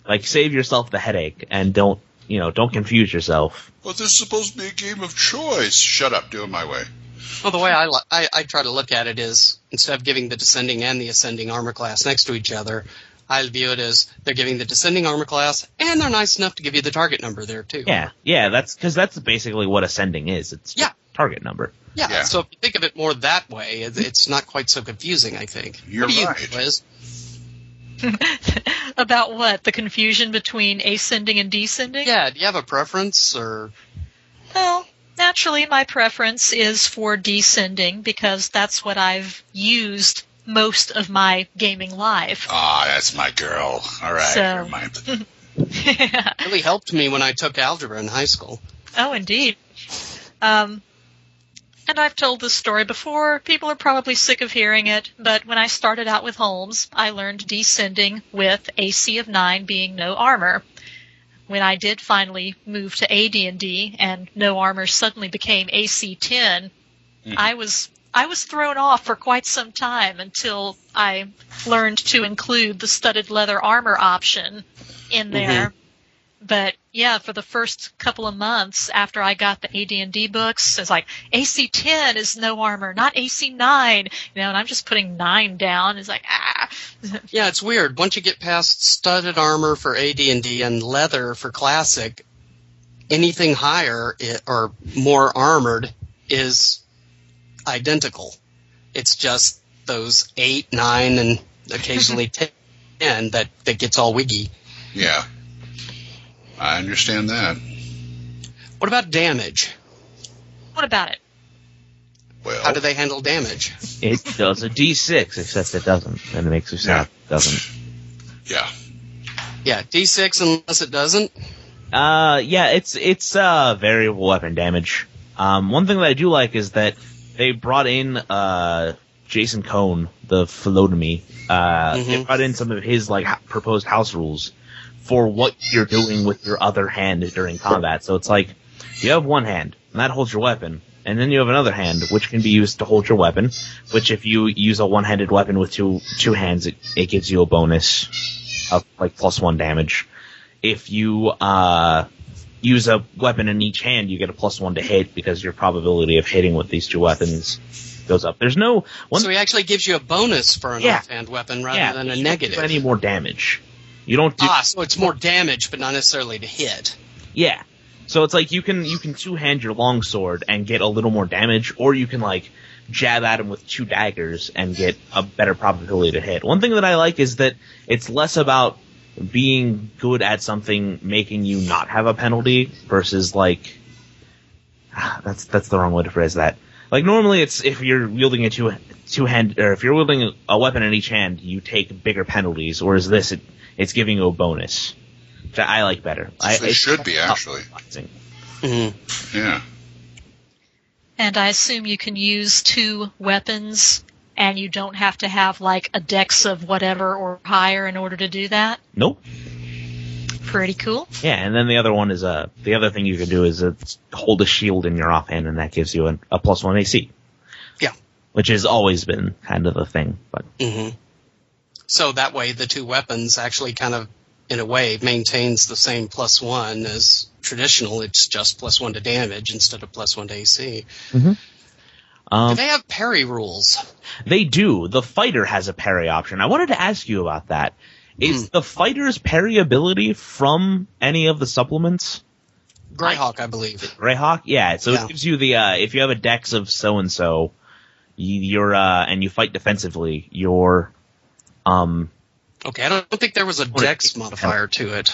Like save yourself the headache and don't you know don't confuse yourself.
Well, this is supposed to be a game of choice. Shut up. Do it my way.
Well, the way I, li- I, I try to look at it is instead of giving the descending and the ascending armor class next to each other, I view it as they're giving the descending armor class, and they're nice enough to give you the target number there too.
Yeah, yeah. That's because that's basically what ascending is. It's
Yeah.
target number.
Yeah,
Yeah.
So if you think of it more that way, it- it's not quite so confusing. I think.
You're
what do you
right.
think, Liz?
About what? The confusion between ascending and descending?
Yeah. Do you have a preference or?
Well, naturally, my preference is for descending because that's what I've used most of my gaming life.
Ah, that's my girl. All right.
So-
Never mind.
Really helped me when I took algebra in high school.
Oh, indeed. Um, and I've told this story before. People are probably sick of hearing it, but when I started out with Holmes, I learned descending with AC of 9 being no armor. When I did finally move to AD&D and no armor suddenly became AC 10, I was I was thrown off for quite some time until I learned to include the studded leather armor option in there. But yeah, for the first couple of months after I got the AD&D books, it's like AC10 is no armor, not AC9. You know, and I'm just putting 9 down. It's like, ah.
Yeah, it's weird. Once you get past studded armor for AD&D and leather for classic, anything higher i or more armored is identical. It's just those eight, nine, and occasionally ten that that gets all wiggy.
Yeah. I understand that.
What about damage?
What about it?
Well,
How do they handle damage?
It does a D6, except it doesn't, and it makes you sad. It doesn't.
yeah.
Yeah, D6 unless it doesn't.
Uh, yeah, it's it's uh variable weapon damage. Um, one thing that I do like is that they brought in uh Jason Cohn, the Philotomy. Uh, they
Mhm.
brought in some of his like ho- proposed house rules for what you're doing with your other hand during combat. So it's like you have one hand, and that holds your weapon. And then you have another hand, which can be used to hold your weapon. Which, if you use a one-handed weapon with two two hands, it, it gives you a bonus of like plus one damage. If you uh, use a weapon in each hand, you get a plus one to hit because your probability of hitting with these two weapons goes up. There's no one
so he actually gives you a bonus for an
Yeah.
offhand weapon rather
yeah,
than
you
a
don't do
negative.
any more damage. You don't do
ah, so it's more damage, but not necessarily to hit.
Yeah. So it's like you can you can two hand your longsword and get a little more damage, or you can like jab at him with two daggers and get a better probability to hit. One thing that I like is that it's less about being good at something making you not have a penalty versus like Ah, that's that's the wrong way to phrase that. Like normally, it's if you're wielding a two two hand or if you're wielding a weapon in each hand, you take bigger penalties. Or is this it, it's giving you a bonus, which I like better. I,
They
it-
should be, actually.
Mhm.
Yeah.
And I assume you can use two weapons and you don't have to have like a dex of whatever or higher in order to do that.
Nope.
Pretty cool.
Yeah, and then the other one is uh the other thing you can do is uh, hold a shield in your offhand, and that gives you an, a plus one AC.
Yeah.
Which has always been kind of the thing, but
So that way, the two weapons actually kind of, in a way, maintains the same plus one as traditional. It's just plus one to damage instead of plus one to AC.
um,
Do they have parry rules?
They do. The fighter has a parry option. I wanted to ask you about that. Is the fighter's parry ability from any of the supplements?
Greyhawk, I believe.
Greyhawk? Yeah, so
Yeah.
it gives you the, uh, if you have a dex of so and so, you're, uh, and you fight defensively, your, um,
Okay, I don't think there was a dex modifier to it.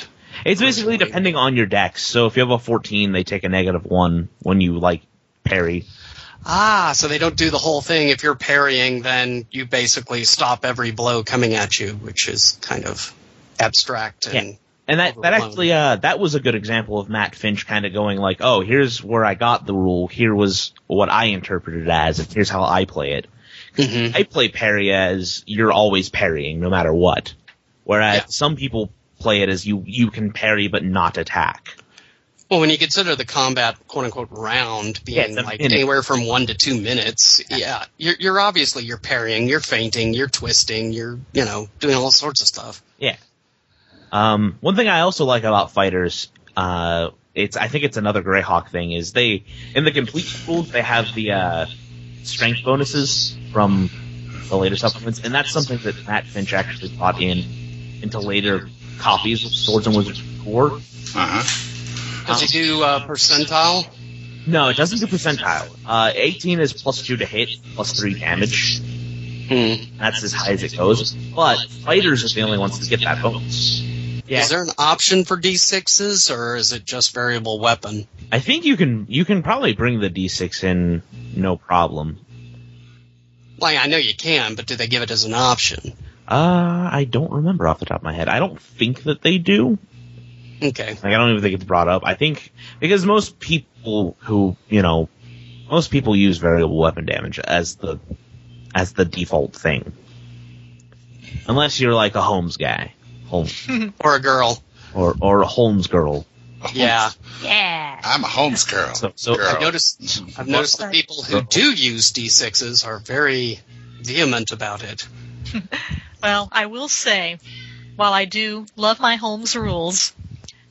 it's basically
Originally.
depending on your dex. So if you have a 14, they take a negative one when you, like, parry.
Ah, so they don't do the whole thing. If you're parrying, then you basically stop every blow coming at you, which is kind of abstract and
And that, that
Overblown.
actually, uh, that was a good example of Matt Finch kind of going like, oh, here's where I got the rule. Here was what I interpreted it as, and here's how I play it. 'Cause
Mm-hmm.
I play parry as you're always parrying, no matter what. Whereas
Yeah.
some people play it as you, you can parry but not attack.
Well, when you consider the combat "quote unquote" round
Yeah,
being
it's a
like
minute.
anywhere from one to two minutes, yeah, you're, you're obviously you're parrying, you're feinting, you're twisting, you're you know doing all sorts of stuff.
Yeah. Um, one thing I also like about fighters, uh, it's I think it's another Greyhawk thing is they in the complete rules they have the uh, strength bonuses from the later supplements, and that's something that Matt Finch actually brought in into later copies of Swords and Wizards Core.
Uh huh.
Does he do uh, percentile?
No, it doesn't do percentile. Uh, 18 is plus two to hit, plus three damage.
Hmm.
That's as high as it goes. But fighters are the only ones that get that bonus. Yeah,
Is there an option for d6s, or is it just variable weapon?
I think you can you can probably bring the D6 in no problem.
Like I know you can, but do they give it as an option?
Uh, I don't remember off the top of my head. I don't think that they do.
Okay.
Like I don't even think it's brought up. I think because most people who you know, most people use variable weapon damage as the as the default thing, unless you're like a Holmes guy, Holmes
Or a girl.
or or a Holmes girl.
Yeah,
Yeah.
I'm a Holmes girl.
So- so-
girl.
I've noticed. I've noticed the people who do use d6s are very vehement about it.
Well, I will say, while I do love my Holmes rules,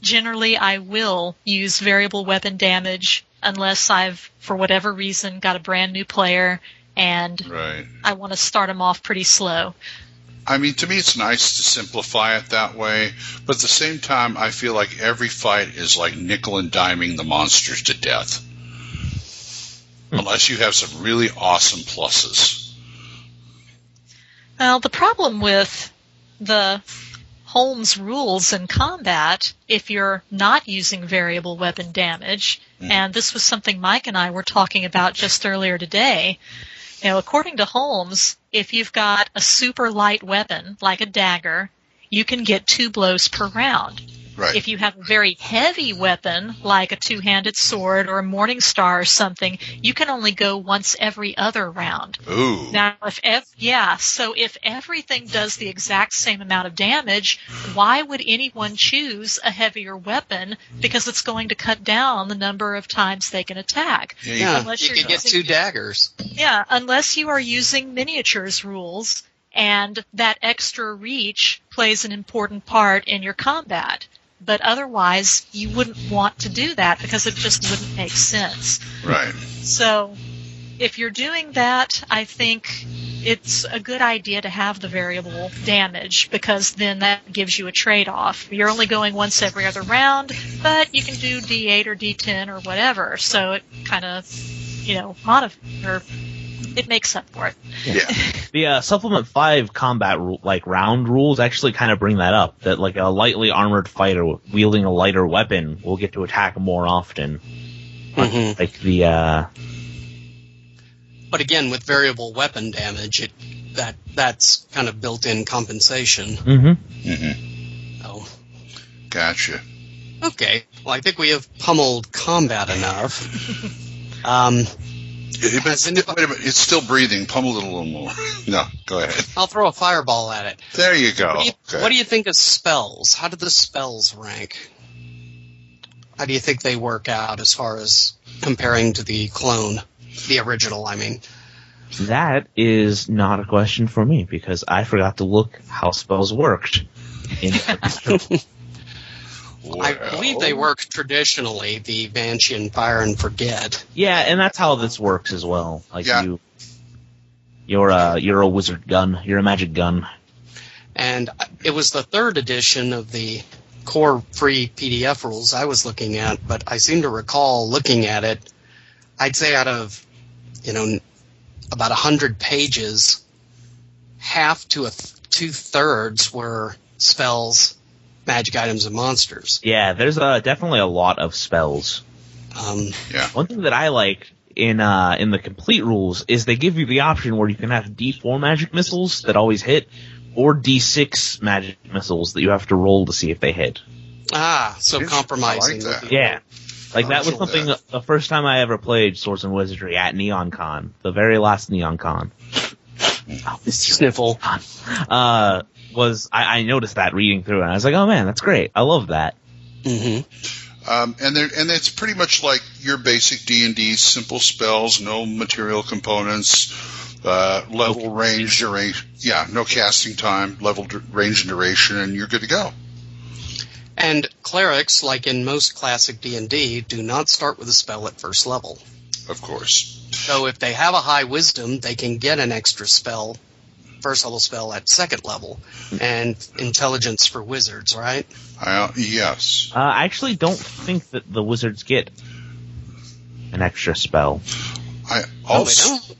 generally I will use variable weapon damage unless I've, for whatever reason, got a brand new player and
Right.
I want to start them off pretty slow.
I mean, to me, it's nice to simplify it that way, but at the same time, I feel like every fight is like nickel and diming the monsters to death.
Hmm.
Unless you have some really awesome pluses.
Well, the problem with the Holmes rules in combat, if you're not using variable weapon damage, and this was something Mike and I were talking about just earlier today. You know, according to Holmes, if you've got a super light weapon, like a dagger, you can get two blows per round.
Right.
If you have a very heavy weapon, like a two handed sword or a morning star or something, you can only go once every other round.
Ooh.
Now, if ev- yeah, so if everything does the exact same amount of damage, why would anyone choose a heavier weapon? Because it's going to cut down the number of times they can attack.
Yeah, you-
Yeah,
Unless
you
you're
could get
using-
two daggers.
Yeah, unless you are using miniatures rules, and that extra reach plays an important part in your combat. But otherwise, you wouldn't want to do that because it just wouldn't make sense.
Right.
So, if you're doing that, I think it's a good idea to have the variable damage because then that gives you a trade off. You're only going once every other round, but you can do D8 or D10 or whatever. So it kind of, you know, modif- or it makes up for it.
Yeah.
The uh, supplement five combat ru- like round rules actually kind of bring that up. That like a lightly armored fighter wielding a lighter weapon will get to attack more often.
Mhm.
Like the uh,
But again, with variable weapon damage, it that that's kind of built-in compensation.
mhm.
Oh,
Gotcha.
okay. Well, I think we have pummeled combat enough. Um,
It- but-
Has anybody-
wait a minute. It's still breathing. Pummel it a little more. no, go ahead.
I'll throw a fireball at it.
There you go.
What do you,
Okay.
what do you think of spells? How do the spells rank? How do you think they work out as far as comparing to the clone, the original? I mean,
that is not a question for me because I forgot to look how spells worked. In
I
Well,
believe they work traditionally the Vanchian Fire and Forget.
yeah, and that's how this works as well. Like
Yeah.
you, you're a you're a wizard gun. You're a magic gun.
And it was the third edition of the core free PDF rules I was looking at, but I seem to recall looking at it. I'd say out of, you know, about 100 pages, half to a th- two thirds were spells, magic items, and monsters.
Yeah, there's uh, definitely a lot of spells.
Um,
Yeah.
One thing that I like in uh in the complete rules is they give you the option where you can have D4 magic missiles that always hit, or D6 magic missiles that you have to roll to see if they hit.
ah,
Yes, I
so
like
compromising. would
that.
be-
Yeah. Like
Oh,
that was
cool.
something the first time I ever played Swords and Wizardry at NeonCon, the very last NeonCon. Oh, this is
Sniffle.
uh was I, I noticed that reading through and I was like, oh man, that's great. I love that.
hmm
Um, and they're, and it's pretty much like your basic D and D simple spells, no material components, uh, level range duration. Yeah, no casting time, level d- range and duration, and you're good to go.
And clerics, like in most classic D&D, do not start with a spell at first level.
Of course.
So if they have a high wisdom, they can get an extra spell, first level spell at second level, and intelligence for wizards, right?
I, yes.
Uh, I actually don't think that the wizards get an extra spell.
I
No, they
also
don't.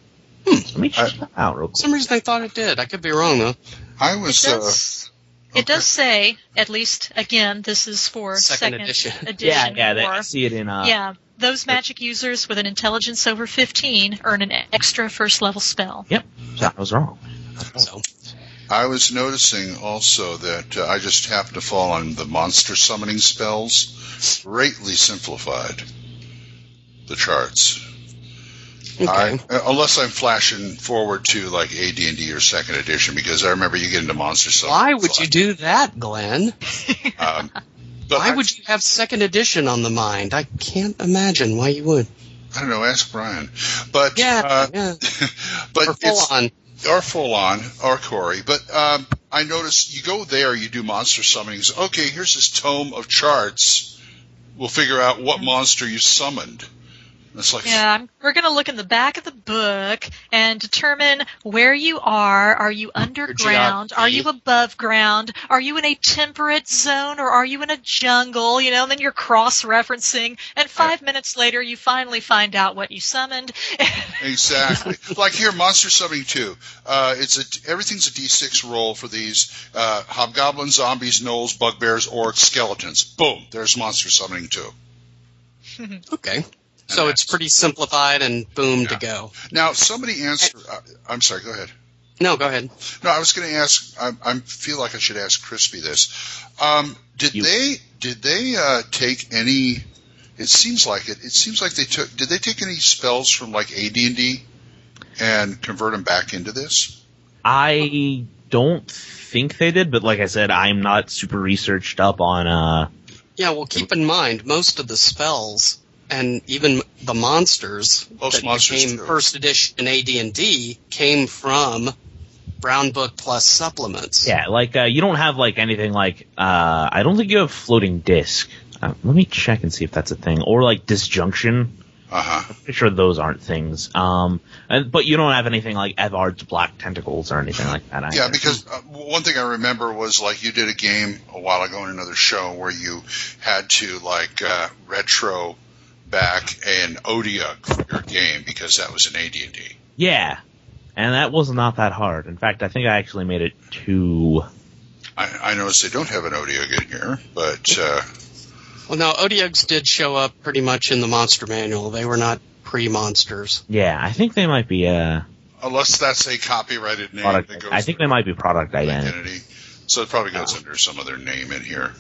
Let me check that out real
For
quick.
some reason I thought it did. I could be wrong though.
I
It
was uh,
does, it does say, at least again, this is for
Second
second,
edition.
Yeah,
edition
yeah, they, I
or-
see it in. Uh,
yeah, those magic users with an intelligence over 15 earn an extra first level spell.
Yep, so I was wrong.
So
I was noticing also that uh, I just happened to fall on the monster summoning spells, greatly simplified the charts.
okay.
I, unless I'm flashing forward to like AD&D or second edition, because I remember you get into monster. Summoning
Why would you do that, Glenn?
Um, But
why
I-
would you have second edition on the mind? I can't imagine why you would.
I don't know. Ask Brian. But
Yeah,
uh,
yeah.
but
Or full
it's,
on.
or full on, or Corey. But um, I noticed you go there, you do monster summonings. Okay, here's this tome of charts. We'll figure out what monster you summoned. It's like,
Yeah, I'm- we're going to look in the back of the book and determine where you are. Are you underground? Are you above ground? Are you in a temperate zone or are you in a jungle? You know, and then you're cross referencing. And five minutes later, you finally find out what you summoned.
exactly. like here, monster summoning two. Uh, it's a everything's a d6 roll for these uh, hobgoblins, zombies, gnolls, bugbears, orcs, skeletons. Boom. There's monster summoning two.
Okay. So it's pretty simplified and boom to go.
Now somebody answer. Uh, I'm sorry. Go ahead.
No, go ahead.
No, I was going to ask. I, I feel like I should ask Crispy this. Um, did
You-
they did they uh, take any? It seems like it. It seems like they took. Did they take any spells from like AD and D and convert them back into this?
I don't think they did, but like I said, I'm not super researched up on uh
Yeah, well, keep in mind, most of the spells and even the monsters
Most
that
monsters
became
too.
first edition AD&D came from Brown Book Plus supplements.
yeah, like uh you don't have like anything like uh I don't think you have floating disc. Uh, let me check and see if that's a thing or like disjunction.
Uh huh.
Pretty sure those aren't things. Um and, but you don't have anything like Evard's black tentacles or anything like that.
Yeah,
either.
because uh, one thing I remember was like you did a game a while ago in another show where you had to like uh, retro back an Odia for your game because that was an AD and D.
Yeah. And that was not that hard. In fact, I think I actually made it two
I, I notice they don't have an Odeog in here, but uh,
Well, no, Odiogs did show up pretty much in the monster manual. They were not pre-monsters.
Yeah, I think they might be uh
unless that's a copyrighted name
product
that goes
I think they
under
might be product identity.
identity. So it probably goes under some other name in here.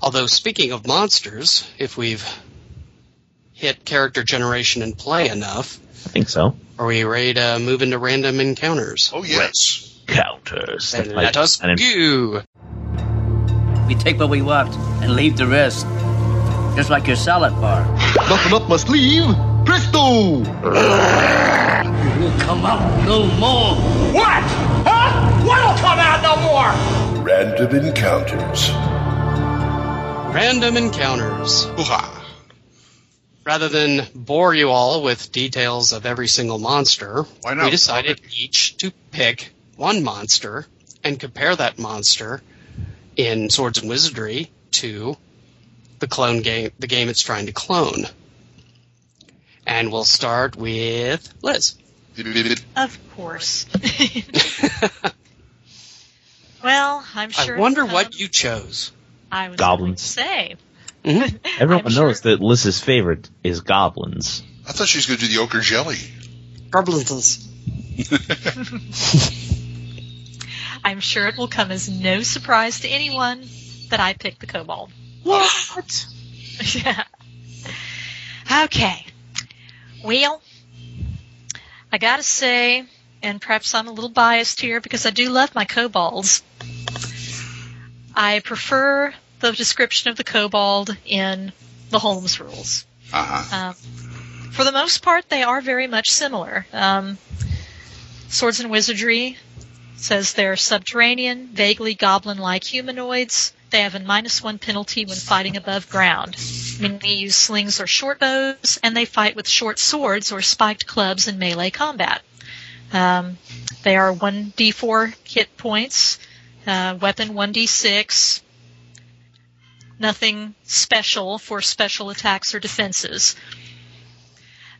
Although, speaking of monsters, if we've hit character generation and play enough,
I think so.
are we ready to move into random encounters?
Oh, yes.
Counters.
Then
That's
let
my-
us
and-
go.
We take what we want and leave the rest. Just like your salad bar.
Nothing up my sleeve. Presto!
Come out no more.
What? Huh? What'll come out no more?
Random encounters.
Random encounters.
Hoo-ha.
Rather than bore you all with details of every single monster,
Why not?
we decided each to pick one monster and compare that monster in Swords and Wizardry to the clone game, the game it's trying to clone. And we'll start with Liz.
of course. well, I'm sure.
I wonder
um,
what you chose.
I was
Goblins.
Going to say.
Mhm.
Everyone
I'm
knows
sure-
that Liz's favorite is goblins.
I thought she was going to do the ochre jelly.
Goblins.
I'm sure it will come as no surprise to anyone that I picked the kobold.
What?
yeah. Okay. Well, I gotta say, and perhaps I'm a little biased here because I do love my kobolds. I prefer the description of the kobold in the Holmes rules.
Uh
Uh-huh.
huh.
Um, for the most part, they are very much similar. Um, Swords and Wizardry says they're subterranean, vaguely goblin like humanoids. They have a minus one penalty when fighting above ground, meaning they use slings or short bows, and they fight with short swords or spiked clubs in melee combat. Um, they are 1d4 hit points, uh, weapon 1d6, nothing special for special attacks or defenses.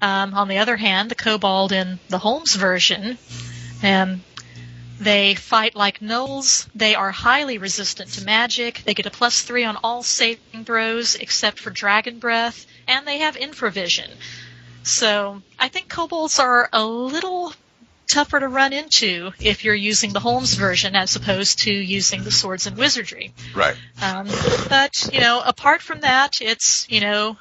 Um, on the other hand, the kobold in the Holmes version, um, they fight like gnolls. They are highly resistant to magic. They get a plus three on all saving throws except for dragon breath, and they have infravision. So I think kobolds are a little tougher to run into if you're using the Holmes version as opposed to using the Swords and Wizardry.
Right.
Um, but you know, apart from that, it's you know,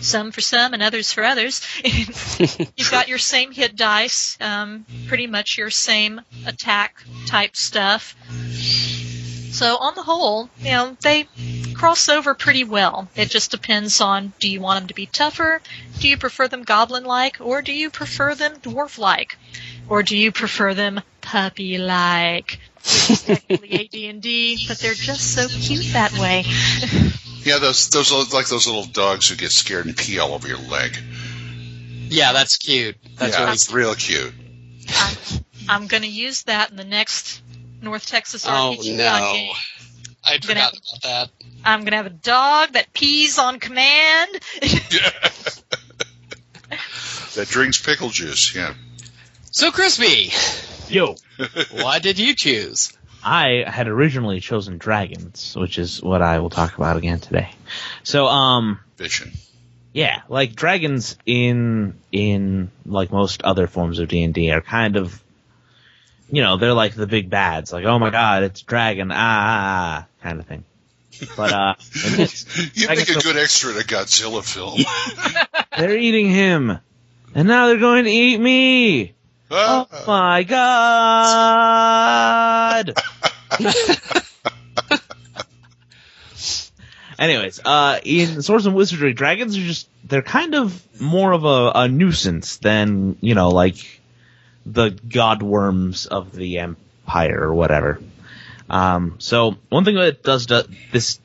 some for some and others for others. You've got your same hit dice, um, pretty much your same attack type stuff. So on the whole, you know, they cross over pretty well. It just depends on do you want them to be tougher? Do you prefer them goblin like? Or do you prefer them dwarf like? Or do you prefer them puppy like? Technically AD&D, but they're just so cute that way.
Yeah, those those look like those little dogs who get scared and pee all over your leg.
Yeah, that's cute. That's
yeah,
really
it's real cute.
I'm going to use that in the next North Texas
Oh
RPG
no,
game.
I'd
Gonna have-
forgotten about that.
I'm going to have a dog that pees on command.
That drinks pickle juice. Yeah.
So crispy.
Yo.
Why did you choose?
I had originally chosen dragons, which is what I will talk about again today. So, um,
Bitchin'.
yeah, like dragons in in like most other forms of D and D are kind of, you know, they're like the big bads, like oh my god, it's a dragon, ah, ah, ah kind of thing. But uh, in this,
You
I
make
guess
a
the-
good extra in a Godzilla film.
they're eating him, and now they're going to eat me.
Ah,
Oh my god! Anyways, uh, in Swords and Wizardry, dragons are just, they're kind of more of a, a nuisance than, you know, like the godworms of the empire or whatever. Um, so one thing that it does, do, this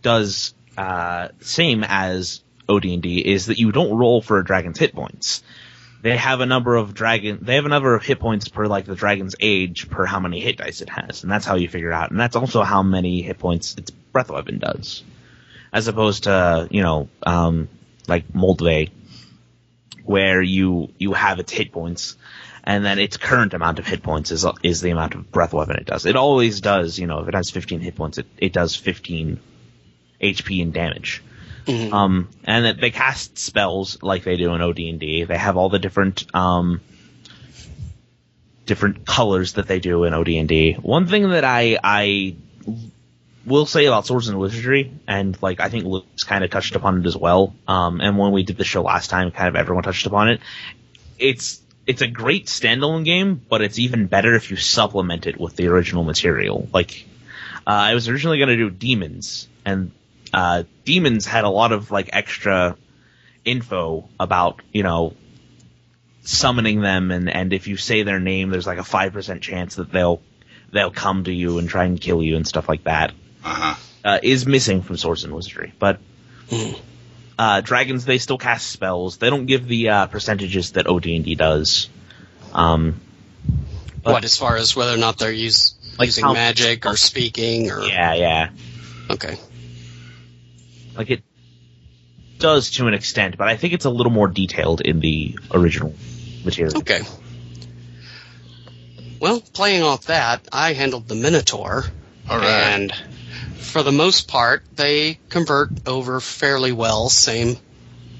does, uh, same as OD&D is that you don't roll for a dragon's hit points they have a number of dragon they have a number of hit points per like the dragon's age per how many hit dice it has and that's how you figure out and that's also how many hit points its breath weapon does as opposed to you know um like moldvay where you you have its hit points and then its current amount of hit points is is the amount of breath weapon it does it always does you know if it has 15 hit points it, it does 15 hp and damage um, and that they cast spells like they do in OD&D. They have all the different um, different colors that they do in OD&D. One thing that I I will say about swords and wizardry, and like I think Luke's kind of touched upon it as well. Um, and when we did the show last time, kind of everyone touched upon it. It's it's a great standalone game, but it's even better if you supplement it with the original material. Like uh, I was originally going to do demons, and uh, demons had a lot of like extra info about you know summoning them, and and if you say their name, there's like a five percent chance that they'll they'll come to you and try and kill you and stuff like that.
uh-huh.
Uh, is missing from Swords and Wizardry, but. Uh, dragons, they still cast spells. They don't give the uh, percentages that OD&D does. Um, But-
what as far as whether or not they're use,
Like
using
how-
magic or speaking or
yeah, yeah.
okay.
like it does to an extent, but I think it's a little more detailed in the original material.
Okay. Well, playing off that, I handled the Minotaur,
All right.
and for the most part, they convert over fairly well. Same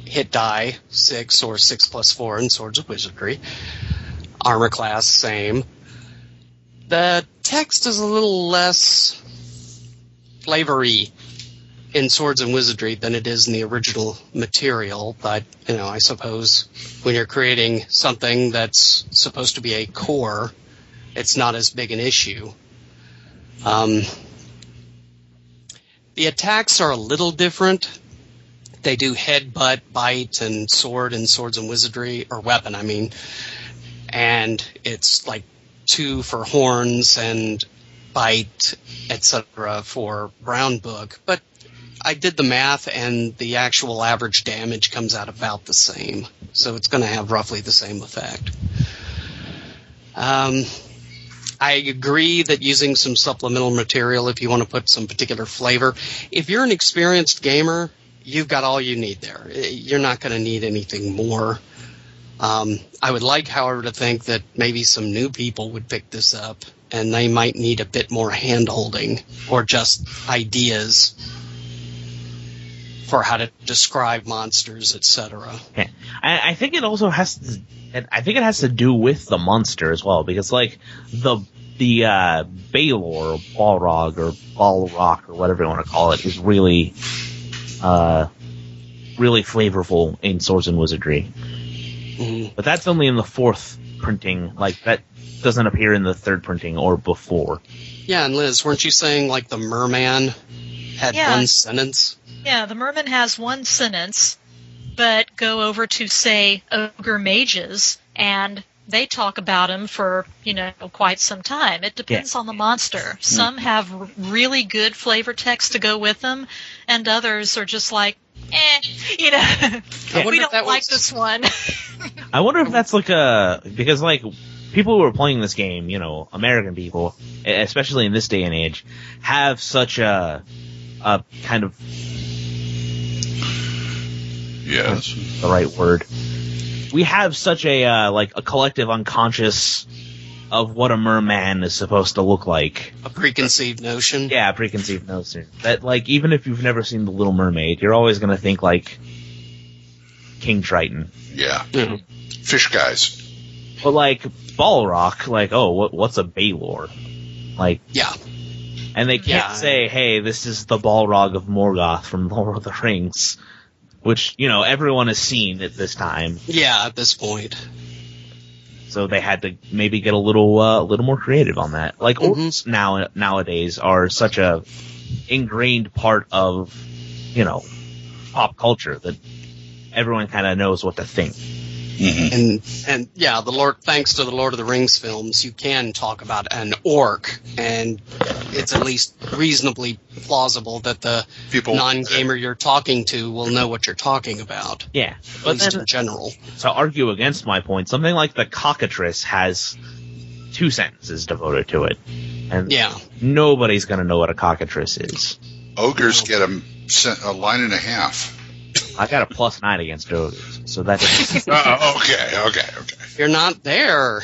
hit die six or six plus four in Swords of Wizardry. Armor class same. The text is a little less flavory in Swords and Wizardry than it is in the original material, but you know, I suppose when you're creating something that's supposed to be a core, it's not as big an issue. Um, the attacks are a little different. They do headbutt, bite, and sword and swords and wizardry, or weapon, I mean. And it's like two for horns and bite, etc. for brown book. But I did the math, and the actual average damage comes out about the same. So it's going to have roughly the same effect. Um, I agree that using some supplemental material, if you want to put some particular flavor, if you're an experienced gamer, you've got all you need there. Eh, You're not going to need anything more. Um, I would like, however, to think that maybe some new people would pick this up and they might need a bit more hand holding or just ideas for how to describe monsters, etc.
Yeah. I, I think it also has to. and I think it has to do with the monster as well, because like the the uh, Baylor or Balrog or Balrock or whatever you want to call it is really, uh, really flavorful in Swords and Wizardry. But that's only in the fourth printing. Like that doesn't appear in the third printing or before.
Yeah, and Liz, weren't you saying like the merman Had
Yeah.
one sentence.
Yeah, the merman has one sentence, but go over to, say, ogre mages, and they talk about him for, you know, quite some time. It depends on the monster. Some have r- really good flavor text to go with them, and others are just like, eh, you know,
wonder
we
if
don't
that
like
was-
this one.
I wonder if that's like a because like people who are playing this game, you know, American people, e- especially in this day and age, have such a a kind of
yes,
the right word. We have such a uh, like a collective unconscious of what a merman is supposed to look like.
A preconceived notion.
Yeah, preconceived notion. That like even if you've never seen The Little Mermaid, you're always gonna think like King Triton.
yeah.
Yeah.
Mm-hmm.
Fish guys.
But like Balrock, like oh, what what's a Baylor? Like
Yeah.
And they can't
Yeah.
say, hey, this is the Balrog of Morgoth from Lord of the Rings, which, you know, everyone has seen at this time.
Yeah, at this point.
So they had to maybe get a little, uh, a little more creative on that. Like,
Mhm.
orcs now, nowadays are such a ingrained part of, you know, pop culture that everyone kind of knows what to think. Mm-hmm.
And and yeah, the Lord thanks to the Lord of the Rings films, you can talk about an orc and it's at least reasonably plausible that the
People.
non-gamer you're talking to will know what you're talking about,
Yeah.
at
But
least
then,
in general.
to argue against my point, something like the cockatrice has two sentences devoted to it. And
Yeah.
nobody's gonna know what a cockatrice is.
Ogres get a, sen- a line and a half.
I got a plus nine against ogres, so that's
Uh, okay, okay, okay.
You're not there.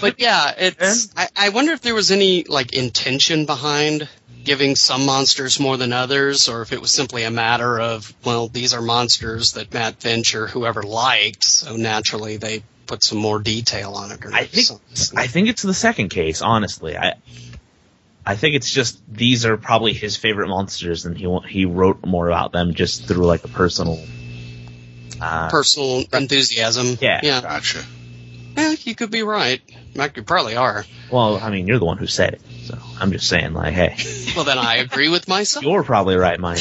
but yeah, it's. I, I wonder if there was any like intention behind giving some monsters more than others, or if it was simply a matter of well, these are monsters that Matt Finch or whoever liked, so naturally they put some more detail on it. Or
I think
something.
I think it's the second case. Honestly, I I think it's just these are probably his favorite monsters, and he wa- he wrote more about them just through like a personal. Uh,
personal enthusiasm.
Yeah.
yeah,
Gotcha.
Eh, you could be right. Mac, you probably are.
well, I mean, you're the one who said it, so I'm just saying, like, hey,
Well, then I agree with myself.
you're probably right, Mike.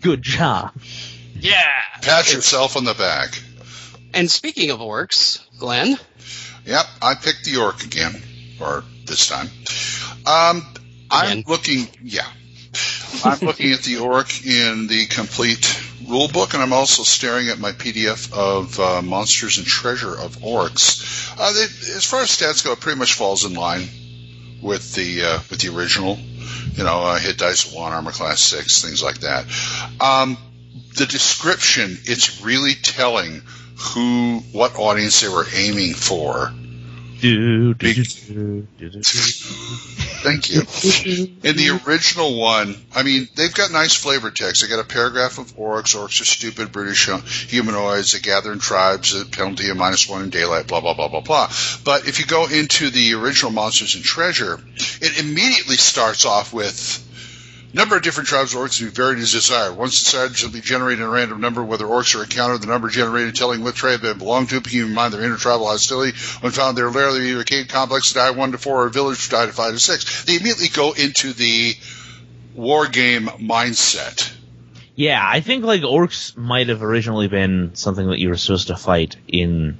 Good job.
yeah.
Pat yourself on the back.
And speaking of orcs, Glenn.
Yep, I picked the orc again, or this time. Um, I'm
Again.
looking, yeah, I'm looking at the orc in the complete rule book, and I'm also staring at my PDF of uh, Monsters and Treasure of Orcs. Uh, they, as far as stats go, it pretty much falls in line with the uh, with the original. You know, uh, hit dice one, armor class six, things like that. Um, the description, it's really telling who, what audience they were aiming for.
Do, do, do, do, do, do, do.
Thank you. In the original one, I mean, they've got nice flavor text. They got a paragraph of orcs. Orcs are stupid, brutish humanoids. They gather in tribes. A penalty of minus one in daylight. Blah blah blah blah blah. But if you go into the original Monsters and Treasure, it immediately starts off with. Number of different tribes of orcs to be varied as desired. Once decided shall be generated a random number, whether orcs are encountered, the number generated telling what tribe they belong to, keeping in mind their intertribal hostility. When found their lair, they either cave complex die one to four or village die to five to six. They immediately go into the war game mindset.
Yeah, I think like orcs might have originally been something that you were supposed to fight in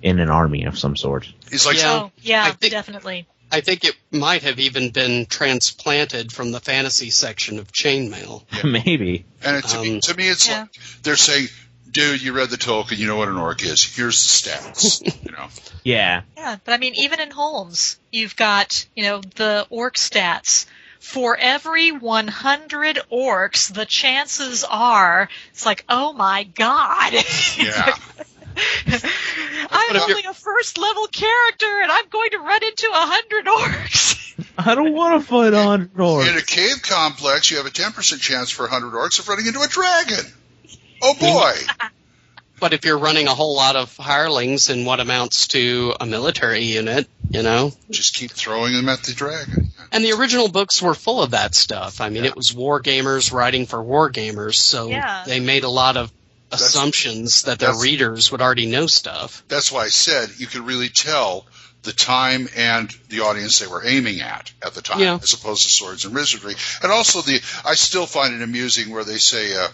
in an army of some sort.
It's like
Yeah.
oh, yeah,
I think-
definitely.
I think it might have even been transplanted from the fantasy section of Chainmail.
Maybe.
And it, to, me,
Um,
to me, it's
Yeah.
like they're saying, "Dude, you read the Tolkien. You know what an orc is. Here's the stats." you know,
Yeah.
Yeah, but I mean, even in Holmes, you've got, you know, the orc stats. For every 100 orcs, the chances are, it's like, oh my god.
yeah.
I'm
if
only a first level character and I'm going to run into 100 orcs.
I don't want to fight on
In
orcs.
a cave complex, you have a ten percent chance for hundred orcs of running into a dragon. Oh boy!
But if you're running a whole lot of hirelings in what amounts to a military unit, you know,
Just keep throwing them at the dragon.
and the original books were full of that stuff. I mean, it was war gamers writing for war gamers, so
Yeah.
they made a lot of assumptions that their
that's-
readers would already know stuff.
That's why I said you could really tell the time and the audience they were aiming at at the time,
Yeah.
as opposed to swords and wizardry. And also the I still find it amusing where they say uh,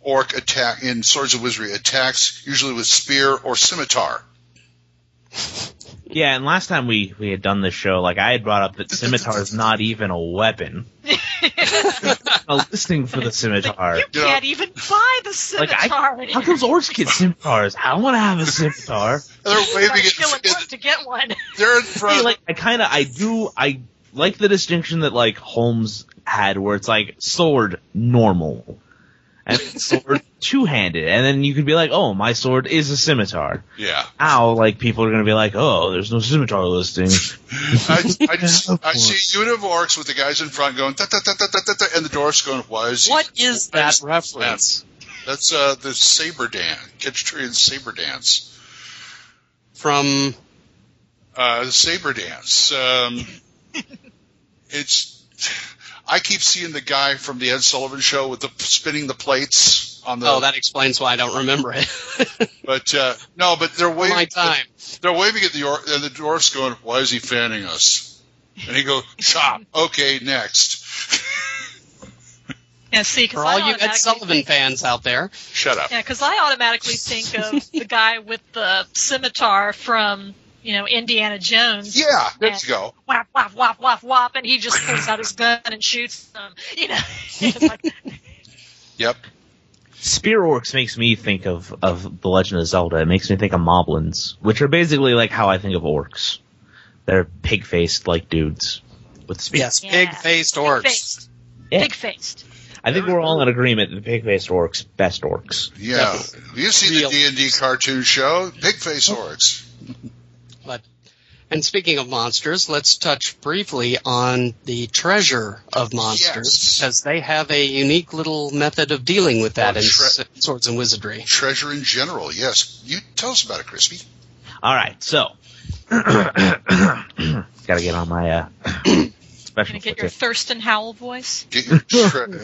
orc attack in swords and wizardry attacks usually with spear or scimitar.
Yeah, and last time we we had done this show, like I had brought up that scimitar is not even a weapon. a listing for the scimitar.
You know,
Can't even buy the
Like I,
scimitar.
how come orcs get scimitars? I want to have a scimitar.
they're waving it.
Kill it to get one.
They're in
I,
front.
like I kind of I do I like the distinction that like Holmes had where it's like sword normal and sword two handed, and then you could be like, oh, my sword is a scimitar.
yeah.
Now, like people are gonna be like, oh, there's no scimitar listing.
I, I, just,
Of
I
course.
see a unit of orcs with the guys in front going da da da da da da, da and the dwarfs going why is he-
What is
why
that
is-
reference?
That's uh, the saber dance, Ketchatrian saber dance.
From
Uh, the saber dance. Um, it's. I keep seeing the guy from the Ed Sullivan Show with the spinning the plates on the.
oh, that explains why I don't remember it.
But uh, no, but they're waving.
Oh, My time.
They're waving at the or- and the dwarfs going, "Why is he fanning us?" And he goes, "Chop." Okay, next.
Yeah, see, 'cause
For
I
all you Ed
automatically
Sullivan
think-
fans out there,
Shut up.
Yeah, because I automatically think of the guy with the scimitar from, you know, Indiana Jones.
Yeah, there you go.
Whap, whap, whap, whap, whap, and he just pulls out his gun and shoots them. You know, it's like,
Yep.
Spear orcs makes me think of of the Legend of Zelda. It makes me think of moblins, which are basically like how I think of orcs. They're pig faced like dudes with spears.
yes,
Yeah.
pig faced orcs.
faced.
Yeah.
Big faced.
I think we're all in agreement that pig faced orcs best orcs.
Yeah, you've seen
Real-
the D and D cartoon show, Big Face Orcs.
But and speaking of monsters, let's touch briefly on the treasure of monsters
Yes.
because they have a unique little method of dealing with that
Or
in
tre-
S- Swords and Wizardry.
Treasure in general, yes. You tell us about it, Crispy.
All right, so gotta get on my uh,
Gonna
special.
get your Thurston Howell voice.
Get your tre-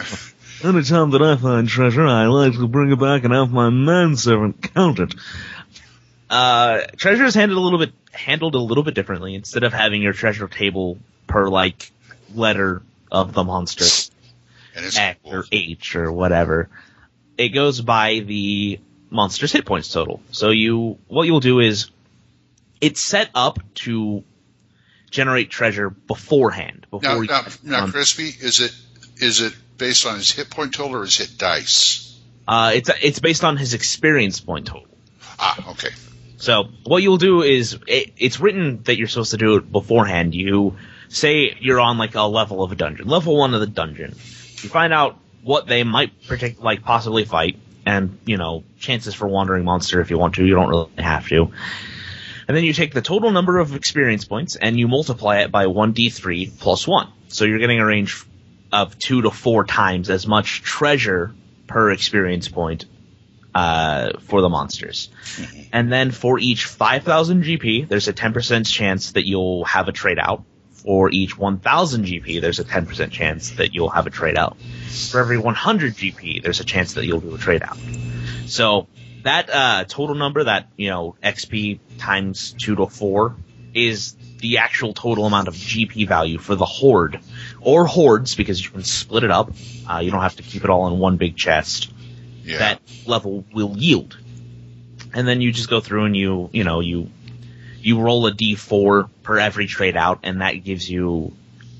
Any time that I find treasure, I like to bring it back and have my manservant count it. Uh, treasure is handled a little bit handled a little bit differently. Instead of having your treasure table per like letter of the monster
and it's
X
cool.
or H or whatever, it goes by the monster's hit points total. So you what you'll do is it's set up to generate treasure beforehand. Before
now,
you
now, now,
um,
Crispy, is it is it based on his hit point total or his hit dice?
uh, it's it's based on his experience point total.
Ah, okay.
So what you'll do is it, it's written that you're supposed to do it beforehand. You say you're on like a level of a dungeon, level one of the dungeon. You find out what they might partic- like possibly fight, and you know chances for wandering monster if you want to. You don't really have to. And then you take the total number of experience points and you multiply it by one d3 plus one. So you're getting a range of two to four times as much treasure per experience point uh, for the monsters. And then for each 5,000 GP, there's a 10% chance that you'll have a trade out. For each 1,000 GP, there's a 10% chance that you'll have a trade out. For every 100 GP, there's a chance that you'll do a trade out. So that uh, total number, that you know XP times two to four, is the actual total amount of GP value for the horde or hordes because you can split it up. Uh, you don't have to keep it all in one big chest
Yeah.
that level will yield. And then you just go through and you, you know, you you roll a d4 per every trade out and that gives you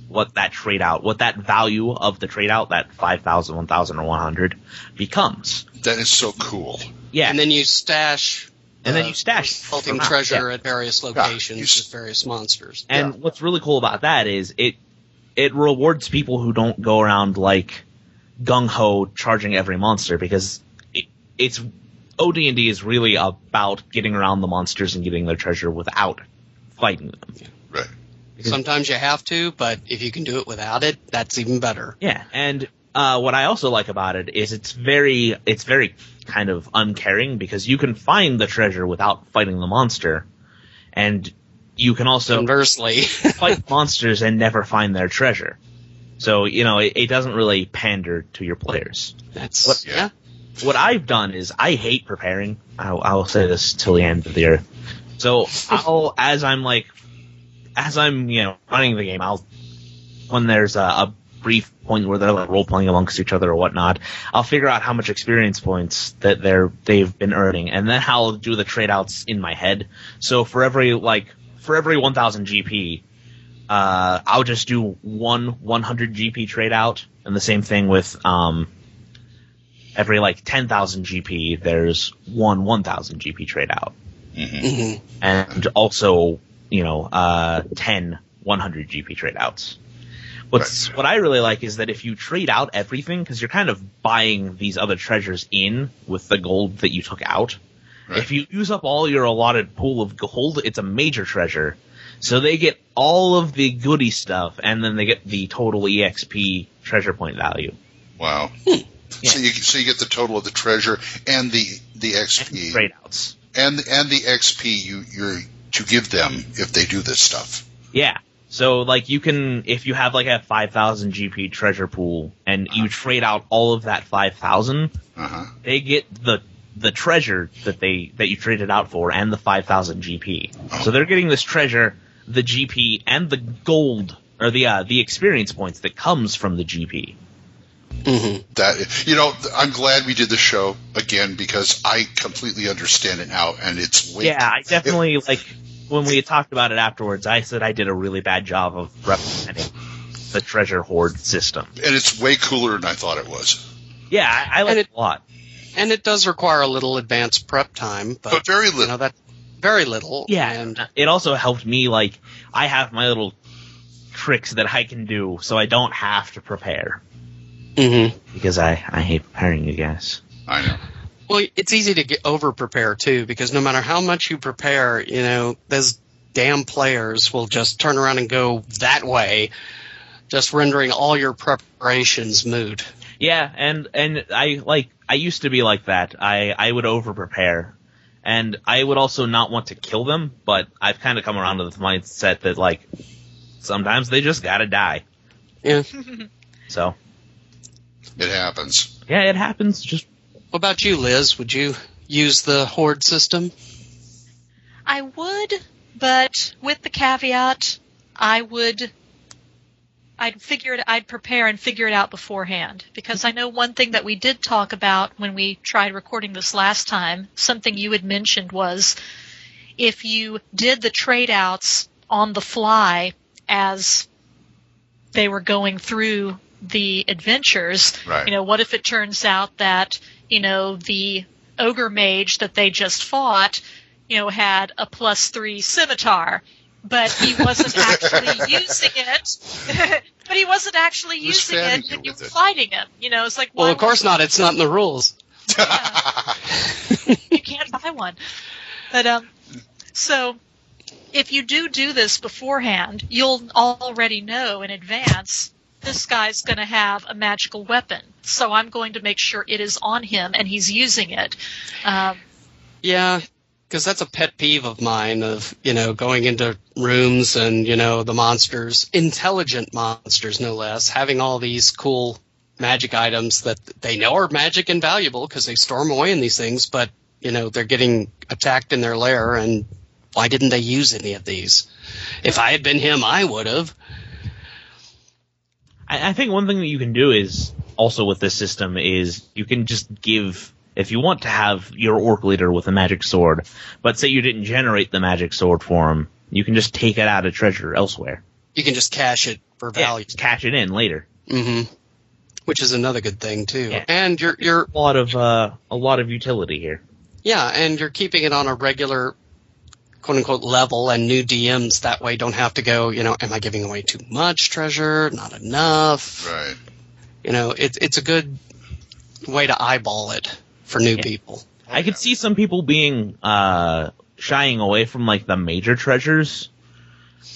what that trade out, what that value of the trade out, that 5000, 1000 or 100 becomes.
that is so cool.
Yeah.
And then you stash.
And then
uh,
you stash Ah,
resulting
them out,
treasure at various locations
you s-
with various monsters.
And what's really cool about that is it it rewards people who don't go around like gung ho charging every monster because it, it's OD and D is really about getting around the monsters and getting their treasure without fighting them.
Right.
Sometimes you have to, but if you can do it without it, that's even better.
Yeah, and uh, what I also like about it is it's very it's very kind of uncaring because you can find the treasure without fighting the monster, and you can also
Conversely,
fight monsters and never find their treasure. So, you know, it, it doesn't really pander to your players.
that's
What-
yeah.
What I've done is I hate preparing. I'll, I'll say this till the end of the earth. So I'll, as I'm like as I'm you know running the game, I'll when there's a, a brief point where they're like role playing amongst each other or whatnot, I'll figure out how much experience points that they're they've been earning, and then I'll do the trade outs in my head. So for every like for every 1,000 GP, uh, I'll just do one 100 GP trade out, and the same thing with um, every like 10,000 GP, there's one 1,000 GP trade out, and also you know uh, 10 100 GP trade outs. What's what I really like is that if you trade out everything, because you're kind of buying these other treasures in with the gold that you took out. If you use up all your allotted pool of gold, it's a major treasure. So they get all of the goody stuff, and then they get the total EXP treasure point value.
Wow. So you so you get the total of the treasure and the the XP
trade outs
and and the XP you you're to give them if they do this stuff.
Yeah. So like you can if you have like a 5000 GP treasure pool and you trade out all of that 5000,
Uh-huh.
they get the the treasure that they that you traded out for and the 5000 GP. So they're getting this treasure, the GP and the gold or the uh, the experience points that comes from the GP.
Mm-hmm.
That you know, th- I'm glad we did the show again because I completely understand it now, and it's way
Yeah, I definitely like when we talked about it afterwards. I said I did a really bad job of representing the treasure hoard system.
and it's way cooler than I thought it was.
Yeah, I, I like it a lot.
And it does require a little advanced prep time, but,
But very
you know
little.
that very little.
Yeah,
and
it also helped me. Like I have my little tricks that I can do, so I don't have to prepare
mhm.
because I I hate preparing, you guys.
I know.
well, it's easy to get over prepare too, because no matter how much you prepare, you know those damn players will just turn around and go that way, just rendering all your preparations moot.
Yeah, and and I like I used to be like that. I I would over prepare, and I would also not want to kill them. But I've kind of come around to the mindset that like sometimes they just gotta die.
Yeah.
So
It happens.
yeah, it happens. Just
What about you, Liz? Would you use the horde system?
I would, but with the caveat, I would. I'd figure it. I'd prepare and figure it out beforehand because I know one thing that we did talk about when we tried recording this last time. Something you had mentioned was if you did the trade outs on the fly as they were going through the adventures.
Right.
You know, what if it turns out that you know the ogre mage that they just fought you know, had a plus three scimitar, but he wasn't actually using it. but he wasn't actually
Who's
using
fanning
it
you
when you
with
were
it?
fighting him. You know, it's like
Well,
why
of course
would-
not. It's not in the rules.
you can't buy one. But um, so if you do do this beforehand, you'll already know in advance this guy's going to have a magical weapon. So I'm going to make sure it is on him and he's using it. Um,
Yeah, because that's a pet peeve of mine of, you know, going into rooms and, you know, the monsters, intelligent monsters no less, having all these cool magic items that they know are magic and valuable because they storm away in these things, but, you know, they're getting attacked in their lair and why didn't they use any of these? If I had been him, I would have.
I, I think one thing that you can do is also with this system is you can just give if you want to have your orc leader with a magic sword, but say you didn't generate the magic sword for him, you can just take it out of treasure elsewhere.
You can just cash it for
Yeah,
value.
just cash it in later.
hmm Which is another good thing too.
Yeah.
And you're you're
A lot of uh, a lot of utility here.
Yeah, and you're keeping it on a regular quote unquote level and new DMs that way don't have to go, you know, am I giving away too much treasure? Not enough.
right.
You know, it, it's a good way to eyeball it for new people.
I could see some people being uh, shying away from like the major treasures,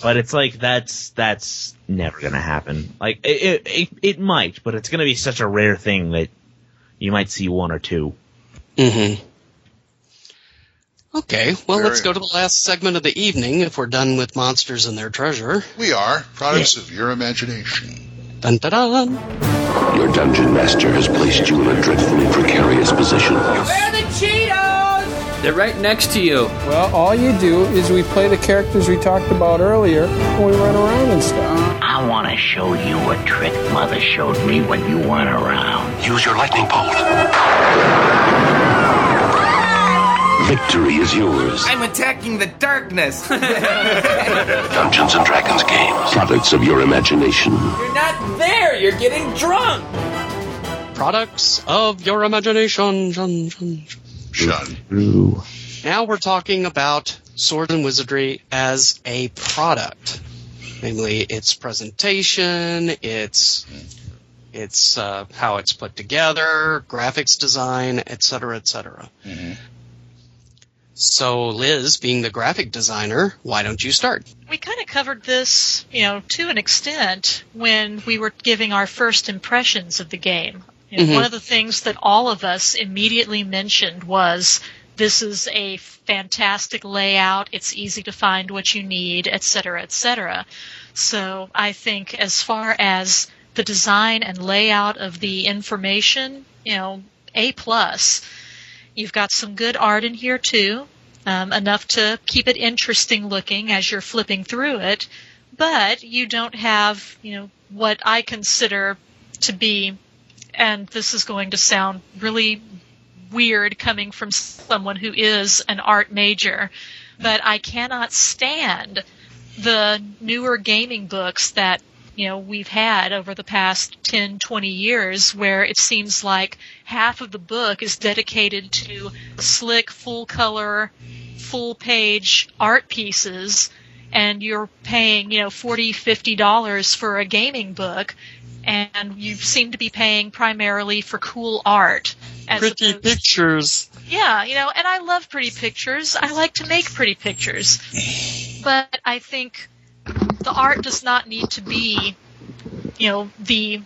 but it's like that's that's never gonna happen. Like it it, it, it might, but it's gonna be such a rare thing that you might see one or two.
Mm-hmm. Okay, well
Very
let's go to the last segment of the evening if we're done with monsters and their treasure.
We are products of your imagination.
Dun dun dun.
Your dungeon master has placed you in a dreadfully precarious position.
Where are the Cheetos?
They're right next to you.
Well, all you do is we play the characters we talked about earlier and we run around and stuff.
I want to show you a trick Mother showed me when you weren't around. Use your lightning bolt. Victory is yours.
I'm attacking the darkness.
Dungeons and Dragons games, products of your imagination.
you're not there. You're getting drunk.
Products of your imagination. Shun, shun, shun.
Shun.
Ooh.
Now we're talking about Sword and Wizardry as a product, namely its presentation, its its uh, how it's put together, graphics design, etc., etc. So, Liz, being the graphic designer, why don't you start?
We kind of covered this, you know, to an extent when we were giving our first impressions of the game. You know,
Mhm.
One of the things that all of us immediately mentioned was this is a fantastic layout, it's easy to find what you need, et cetera, et cetera. So I think as far as the design and layout of the information, you know, A plus. You've got some good art in here too, um, enough to keep it interesting looking as you're flipping through it. But you don't have, you know, what I consider to be, and this is going to sound really weird coming from someone who is an art major, but I cannot stand the newer gaming books that you know we've had over the past 10 20 years where it seems like half of the book is dedicated to slick full color full page art pieces and you're paying you know 40 50 dollars for a gaming book and you seem to be paying primarily for cool art as
Pretty pictures.
yeah, you know, and I love pretty pictures. I like to make pretty pictures. But I think the art does not need to be, you know, the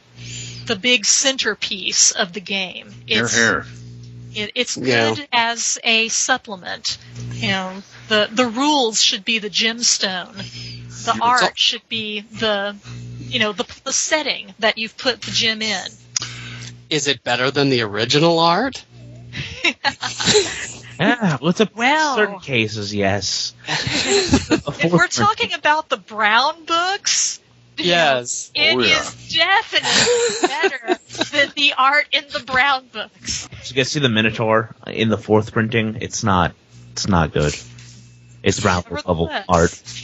the big centerpiece of the game.
Your
It's
hair.
it, it's
Yeah.
good as a supplement. You know, the the rules should be the gemstone. The art should be the you know, the the setting that you've put the gem in.
Is it better than the original art?
Yeah, well, it's Ah, a
Well-
certain cases, yes.
If we're talking about the brown books,
Yes.
It is definitely better than the art in the brown books.
Did you guys see the Minotaur in the fourth printing? It's not. It's not good. It's brown level
Nevertheless.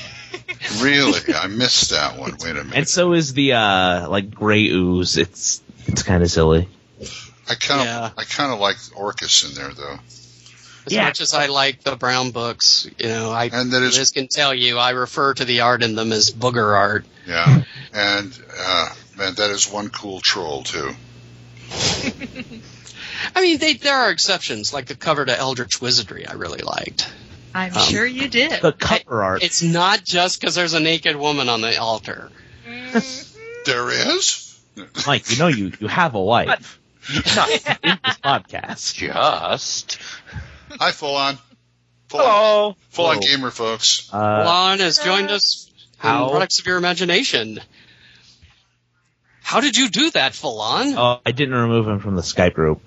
art,
Really? I missed that one. Wait a minute.
and so is the uh like gray ooze. It's it's kind of silly.
I kind of I kind of like Orcus in there though.
As much as I like the brown books, you know, I
and that is,
Liz can tell you, I refer to the art in them as booger art.
Yeah, and uh, man, that is one cool troll too.
I mean, they, there are exceptions, like the cover to Eldritch Wizardry. I really liked.
I'm
Um,
sure you did.
cover art.
It's not just because there's a naked woman on the altar.
there is.
Mike, you know you you have a wife. Not in this podcast.
Just. Hi, full on. Full Hello. On, full on gamer folks.
uh,
Lon has joined us
Uh, How?
in Products of Your Imagination. How did you do that, Falon?
Oh, I didn't remove him from the Skype group.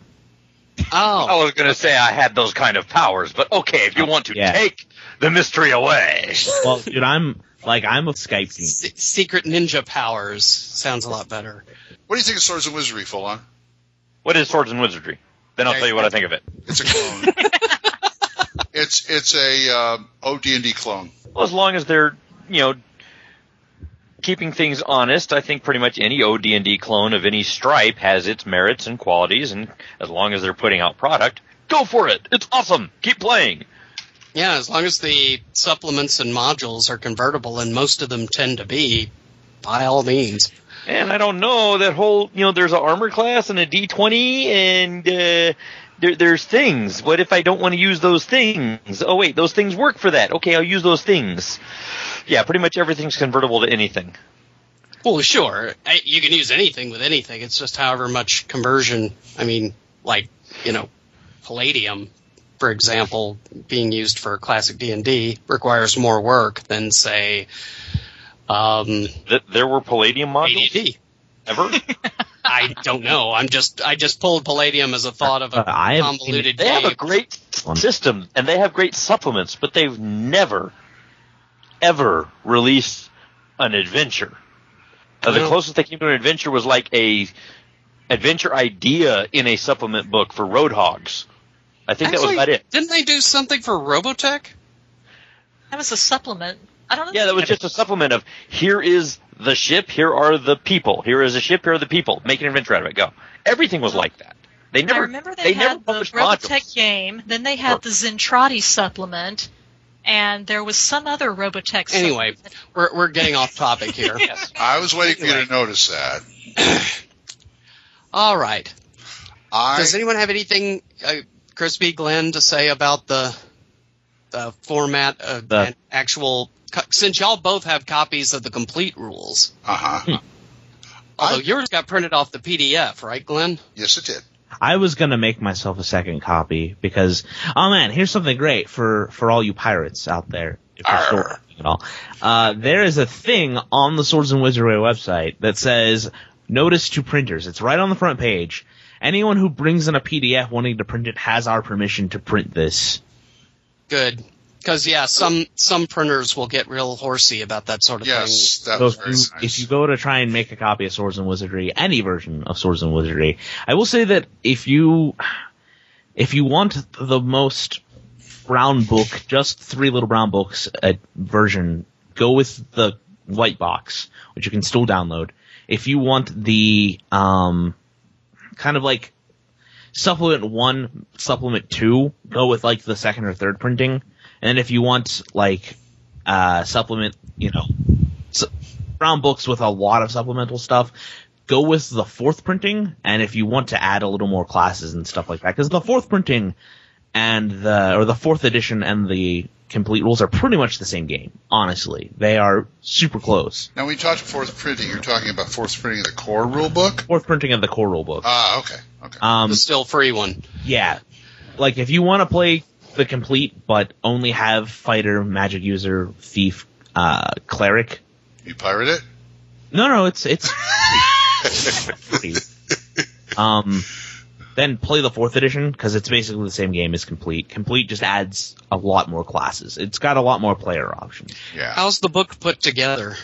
Oh.
I was going to say I had those kind of powers, but okay, if you want to
Yeah.
take the mystery away.
Well, dude, I'm like I'm a Skype team.
Secret ninja powers sounds a lot better.
What do you think of Swords and Wizardry, full on?
What is Swords and Wizardry? Then I'll
There
tell
you
you what
go.
I think of it.
It's a clone. it's it's a um, OD&D clone.
Well, as long as they're you know keeping things honest, I think pretty much any OD&D clone of any stripe has its merits and qualities, and as long as they're putting out product, go for it. It's awesome. Keep playing.
Yeah, as long as the supplements and modules are convertible, and most of them tend to be, by all means.
And I don't know that whole you know there's an armor class and a D20 and uh, there, there's things. What if I don't want to use those things? Oh wait, those things work for that. Okay, I'll use those things. Yeah, pretty much everything's convertible to anything.
Well, sure, I- you can use anything with anything. It's just however much conversion. I mean, like you know, palladium, for example, being used for classic D and D requires more work than say. Um,
there were palladium modules. Ever?
I don't know. I'm just I just pulled Palladium as a thought of a
I have
convoluted
They have
game.
a great system and they have great supplements, but they've never, ever released an adventure. Uh, the
No.
closest they came to an adventure was like a adventure idea in a supplement book for Roadhogs. I think that was
Actually,
about it.
Didn't they do something for Robotech?
That was a supplement. I don't know.
Yeah, that was just a supplement of here is the ship, here are the people, here is a ship, here are the people. Make an adventure out of it. Go. Everything was like that. They never.
I remember they,
they never
had the
published modules.
Robotech game, then they had the Zentradi supplement, and there was some other Robotech
Anyway, we're we're getting off topic here.
yes.
I was waiting for you to notice that.
All right.
I-
Does anyone have anything, uh, Crispy Glenn, to say about the the format of
The-
and actual? co- Since y'all both have copies of the complete rules,
Uh huh.
Hmm.
although yours got printed off the PDF, right, Glenn?
Yes, it did.
I was gonna make myself a second copy because oh man, here's something great for for all you pirates out there. If you're still watching at all, uh, there is a thing on the Swords and Wizardry website that says "Notice to printers." It's right on the front page. Anyone who brings in a PDF wanting to print it has our permission to print this.
Good, because yeah, some some printers will get real horsey about that sort of thing.
So if, you, if you go to try and make a copy of Swords and Wizardry, any version of Swords and Wizardry, I will say that if you if you want the most brown book, just three little brown books uh, version, go with the white box, which you can still download. If you want the um, kind of like supplement one, supplement two, go with like the second or third printing. And if you want like uh, supplement, you know, s- brown books with a lot of supplemental stuff, go with the fourth printing. And if you want to add a little more classes and stuff like that, because the fourth printing and the or the fourth edition and the complete rules are pretty much the same game. Honestly, they are super close.
Now, when you talk to fourth printing, you're talking about fourth printing of the core rule book?
Fourth printing of the core rule book.
Ah, okay. okay.
Um,
the still free one.
Yeah. Like if you want to play the complete but only have fighter, magic user, thief, uh, cleric.
You pirate it?
No, no, it's it's free. um then play the fourth edition because it's basically the same game as complete. Complete just adds a lot more classes. It's got a lot more player options.
Yeah.
How's the book put together?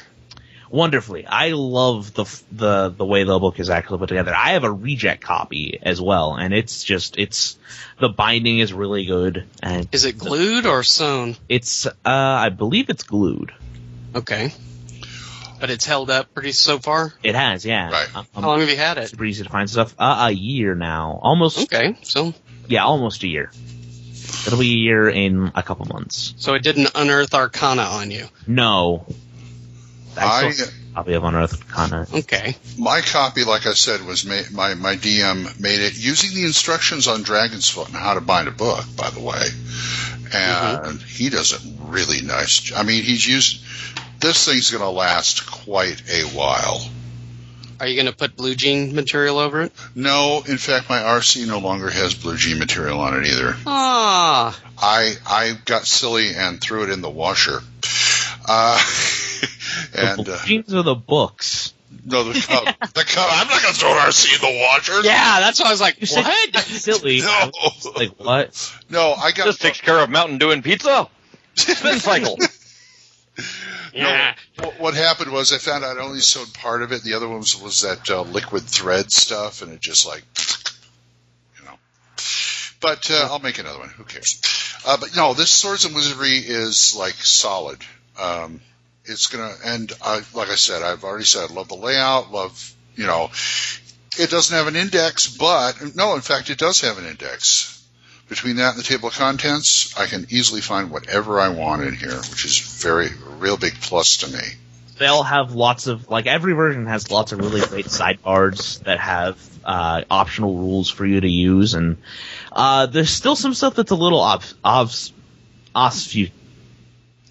Wonderfully, I love the f- the the way the book is actually put together. I have a reject copy as well, and it's just it's the binding is really good. And
Is it glued or sewn?
It's uh, I believe it's glued.
Okay, but it's held up pretty so far.
It has, yeah. Right.
How long have you had it?
Super easy to find stuff. Uh, a year now, almost.
Okay, so
yeah, almost a year. It'll be a year in a couple months.
So it didn't unearth Arcana on you.
No,
I,
still have a copy of Unearthed Arcana.
Okay.
My copy, like I said, was ma- my my DM made it using the instructions on Dragon's Foot and how to bind a book, by the way. And he does a really nice. j- I mean, he's used. This thing's going to last quite a while.
Are you going to put blue jean material over it?
No, in fact, my RC no longer has blue jean material on it either.
Ah,
I I got silly and threw it in the washer. Uh, and uh,
Jeans are the books.
no, the cup. The cup. I'm not going to throw an RC in the washer.
Yeah, Ah, that's why I was like,
said
what?
Silly.
No.
Like what?
No, I got.
This takes care of Mountain Dew and pizza. Spin cycle.
Yeah. What, what happened was I found out I only sewed part of it. The other one was, was that uh, liquid thread stuff, and it just like, you know. But uh, I'll make another one. Who cares? Uh, but no, this Swords and Wizardry is like solid. Um, it's gonna and I, like I said, I've already said I love the layout. Love you know, it doesn't have an index, but no, in fact, it does have an index. Between that and the table of contents, I can easily find whatever I want in here, which is very a real big plus to me.
They all have lots of like every version has lots of really great sidebars that have uh, optional rules for you to use, and uh, there's still some stuff that's a little obs obs obfusc-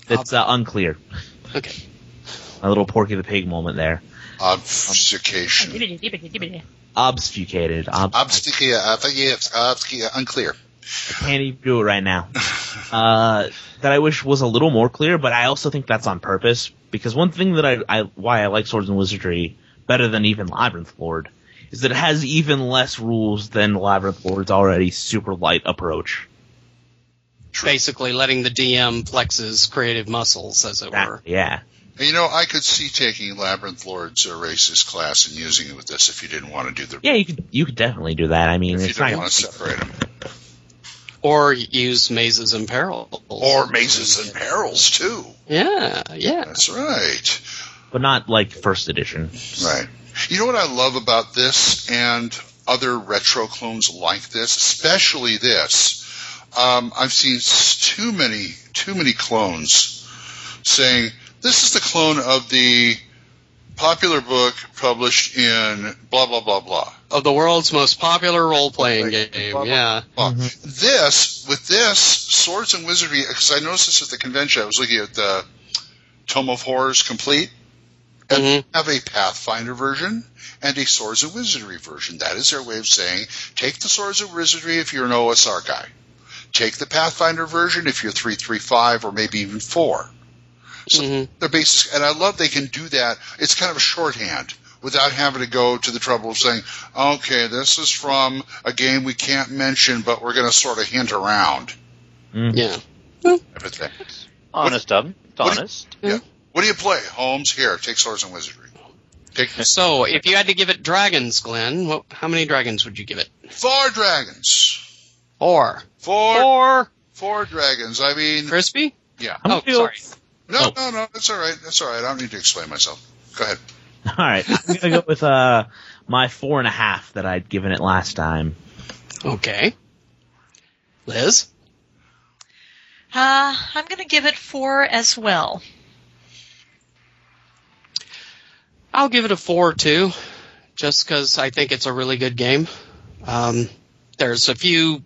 that's uh, unclear.
Okay.
A little Porky the Pig moment there.
Obfuscation.
supplement.
Obfuscated. Ob-
Obstica, uh, yes, obscia- unclear.
can't even do it right now. Uh, that I wish was a little more clear, but I also think that's on purpose because one thing that I, I why I like Swords and Wizardry better than even Labyrinth Lord is that it has even less rules than Labyrinth Lord's already super light approach.
Basically, letting the DM flex his creative muscles, as it were.
Yeah.
And, you know, I could see taking Labyrinth Lord's uh, racist class and using it with this if you didn't want to do the.
Yeah, you could you could definitely do that. I mean,
if you
it's
don't
not
want to separate them.
Or use mazes and perils.
Or mazes and perils too.
Yeah, yeah.
That's right.
but not like first edition.
Right. You know what I love about this and other retro clones like this, especially this. Um, I've seen s- too many, too many clones saying this is the clone of the popular book published in blah blah blah blah.
Of the world's most popular role playing game,
blah, blah,
yeah.
This with this swords and wizardry because I noticed this at the convention. I was looking at the Tome of Horrors complete, and they have a Pathfinder version and a Swords and Wizardry version. That is their way of saying take the Swords and Wizardry if you're an OSR guy, take the Pathfinder version if you're three three five or maybe even four. So their basis, and I love they can do that. It's kind of a shorthand without having to go to the trouble of saying, okay, this is from a game we can't mention, but we're going to sort of hint around.
Yeah.
Everything.
Honest of him. It's honest.
Yeah. What do you play? Holmes, here, take Swords and Wizardry.
So, if you had to give it dragons, Glenn, what, how many dragons would you give it?
Four dragons.
Four.
Four.
Four.
Four dragons. I mean.
Crispy?
Yeah.
Oh, sorry.
No, no, no. That's all right. That's all right. I don't need to explain myself. Go ahead.
All right, I'm gonna go with uh my four and a half that I'd given it last time.
Okay, Liz.
Uh, I'm going to give it four as well.
I'll give it a four too, just because I think it's a really good game. Um, there's a few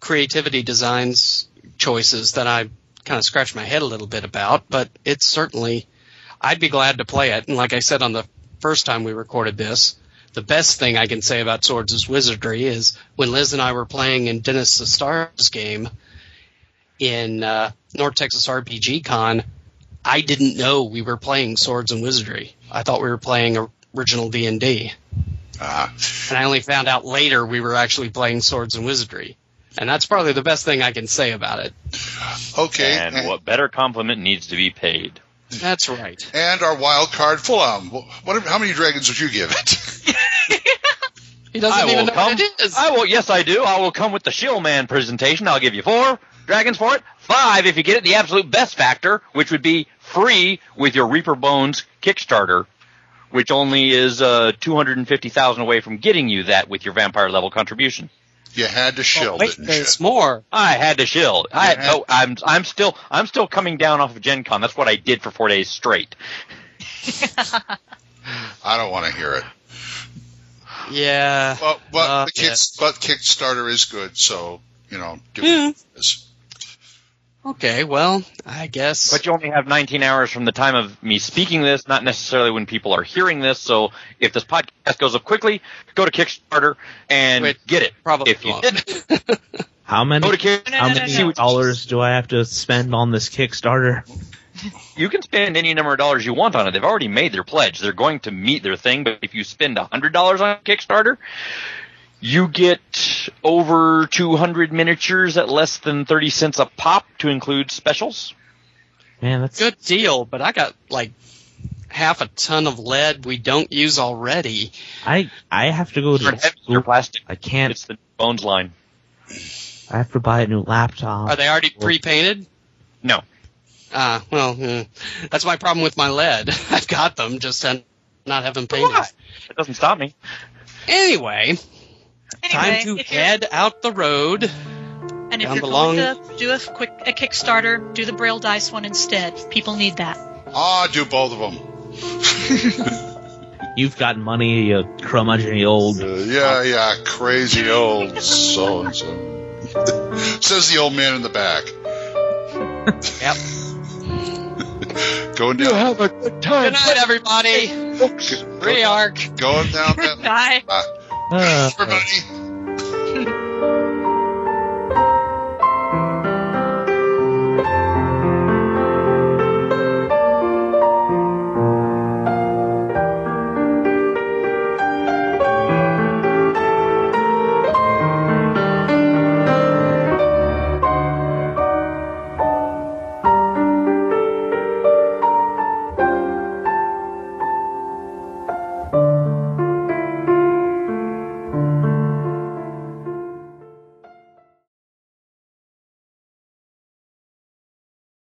creativity designs choices that I kind of scratch my head a little bit about, but it's certainly I'd be glad to play it. And like I said on the first time we recorded this, the best thing I can say about Swords is Wizardry is when Liz and I were playing in Dennis the Stars game in uh, North Texas RPG Con, I didn't know we were playing Swords and Wizardry. I thought we were playing original D and D,
Ah.
and I only found out later we were actually playing Swords and Wizardry. And that's probably the best thing I can say about it.
Okay.
And what better compliment needs to be paid?
That's right.
And our wild card, Fulham. What? How many dragons would you give it?
He doesn't
I will
even know
come.
what it is.
I will. Yes, I do. I will come with the Shield Man presentation. I'll give you four dragons for it. Five if you get it the absolute best factor, which would be free with your Reaper Bones Kickstarter, which only is uh, two hundred and fifty thousand away from getting you that with your vampire level contribution.
You had to shield
wait,
it. And
there's
shit.
more.
I had to shield. I
Yeah.
no, I'm I'm still I'm still coming down off of Gen Con. That's what I did for four days straight.
I don't want to hear it.
Yeah.
But but
Uh,
the kids, but Kickstarter is good, so you know do
Yeah.
it. Yes.
Okay, well, I guess.
But you only have 19 hours from the time of me speaking this, not necessarily when people are hearing this. So if this podcast goes up quickly, go to Kickstarter and get it. Probably if you
won't.
did,
How many
Go to Kickstarter.
how
No, no, no,
many
no.
dollars do I have to spend on this Kickstarter?
you can spend any number of dollars you want on it. They've already made their pledge. They're going to meet their thing. But if you spend $100 on Kickstarter, you get over 200 miniatures at less than 30 cents a pop to include specials.
Man, that's
good deal. But I got like half a ton of lead we don't use already.
I I have to go to
They're plastic.
I can't.
It's the Bones line. Uh,
I have to buy a new laptop.
Are they already pre-painted?
No.
Ah, well, hmm. that's my problem with my lead. I've got them, just I'm not having painted.
It doesn't stop me.
Anyway, time
Anyway,
to
if you're-
head out the road.
And if
Down
you're
the
going
long-
to do a quick a Kickstarter, do the Braille Dice one instead. People need that.
Ah, do both of them.
You've got money, you curmudgeony old.
Uh, Yeah, yeah, crazy old so and so. Says the old man in the back.
Yep.
Going down,
have a good
Good night, everybody. Free arc.
going down that.
Bye.
Uh,
Uh,
everybody.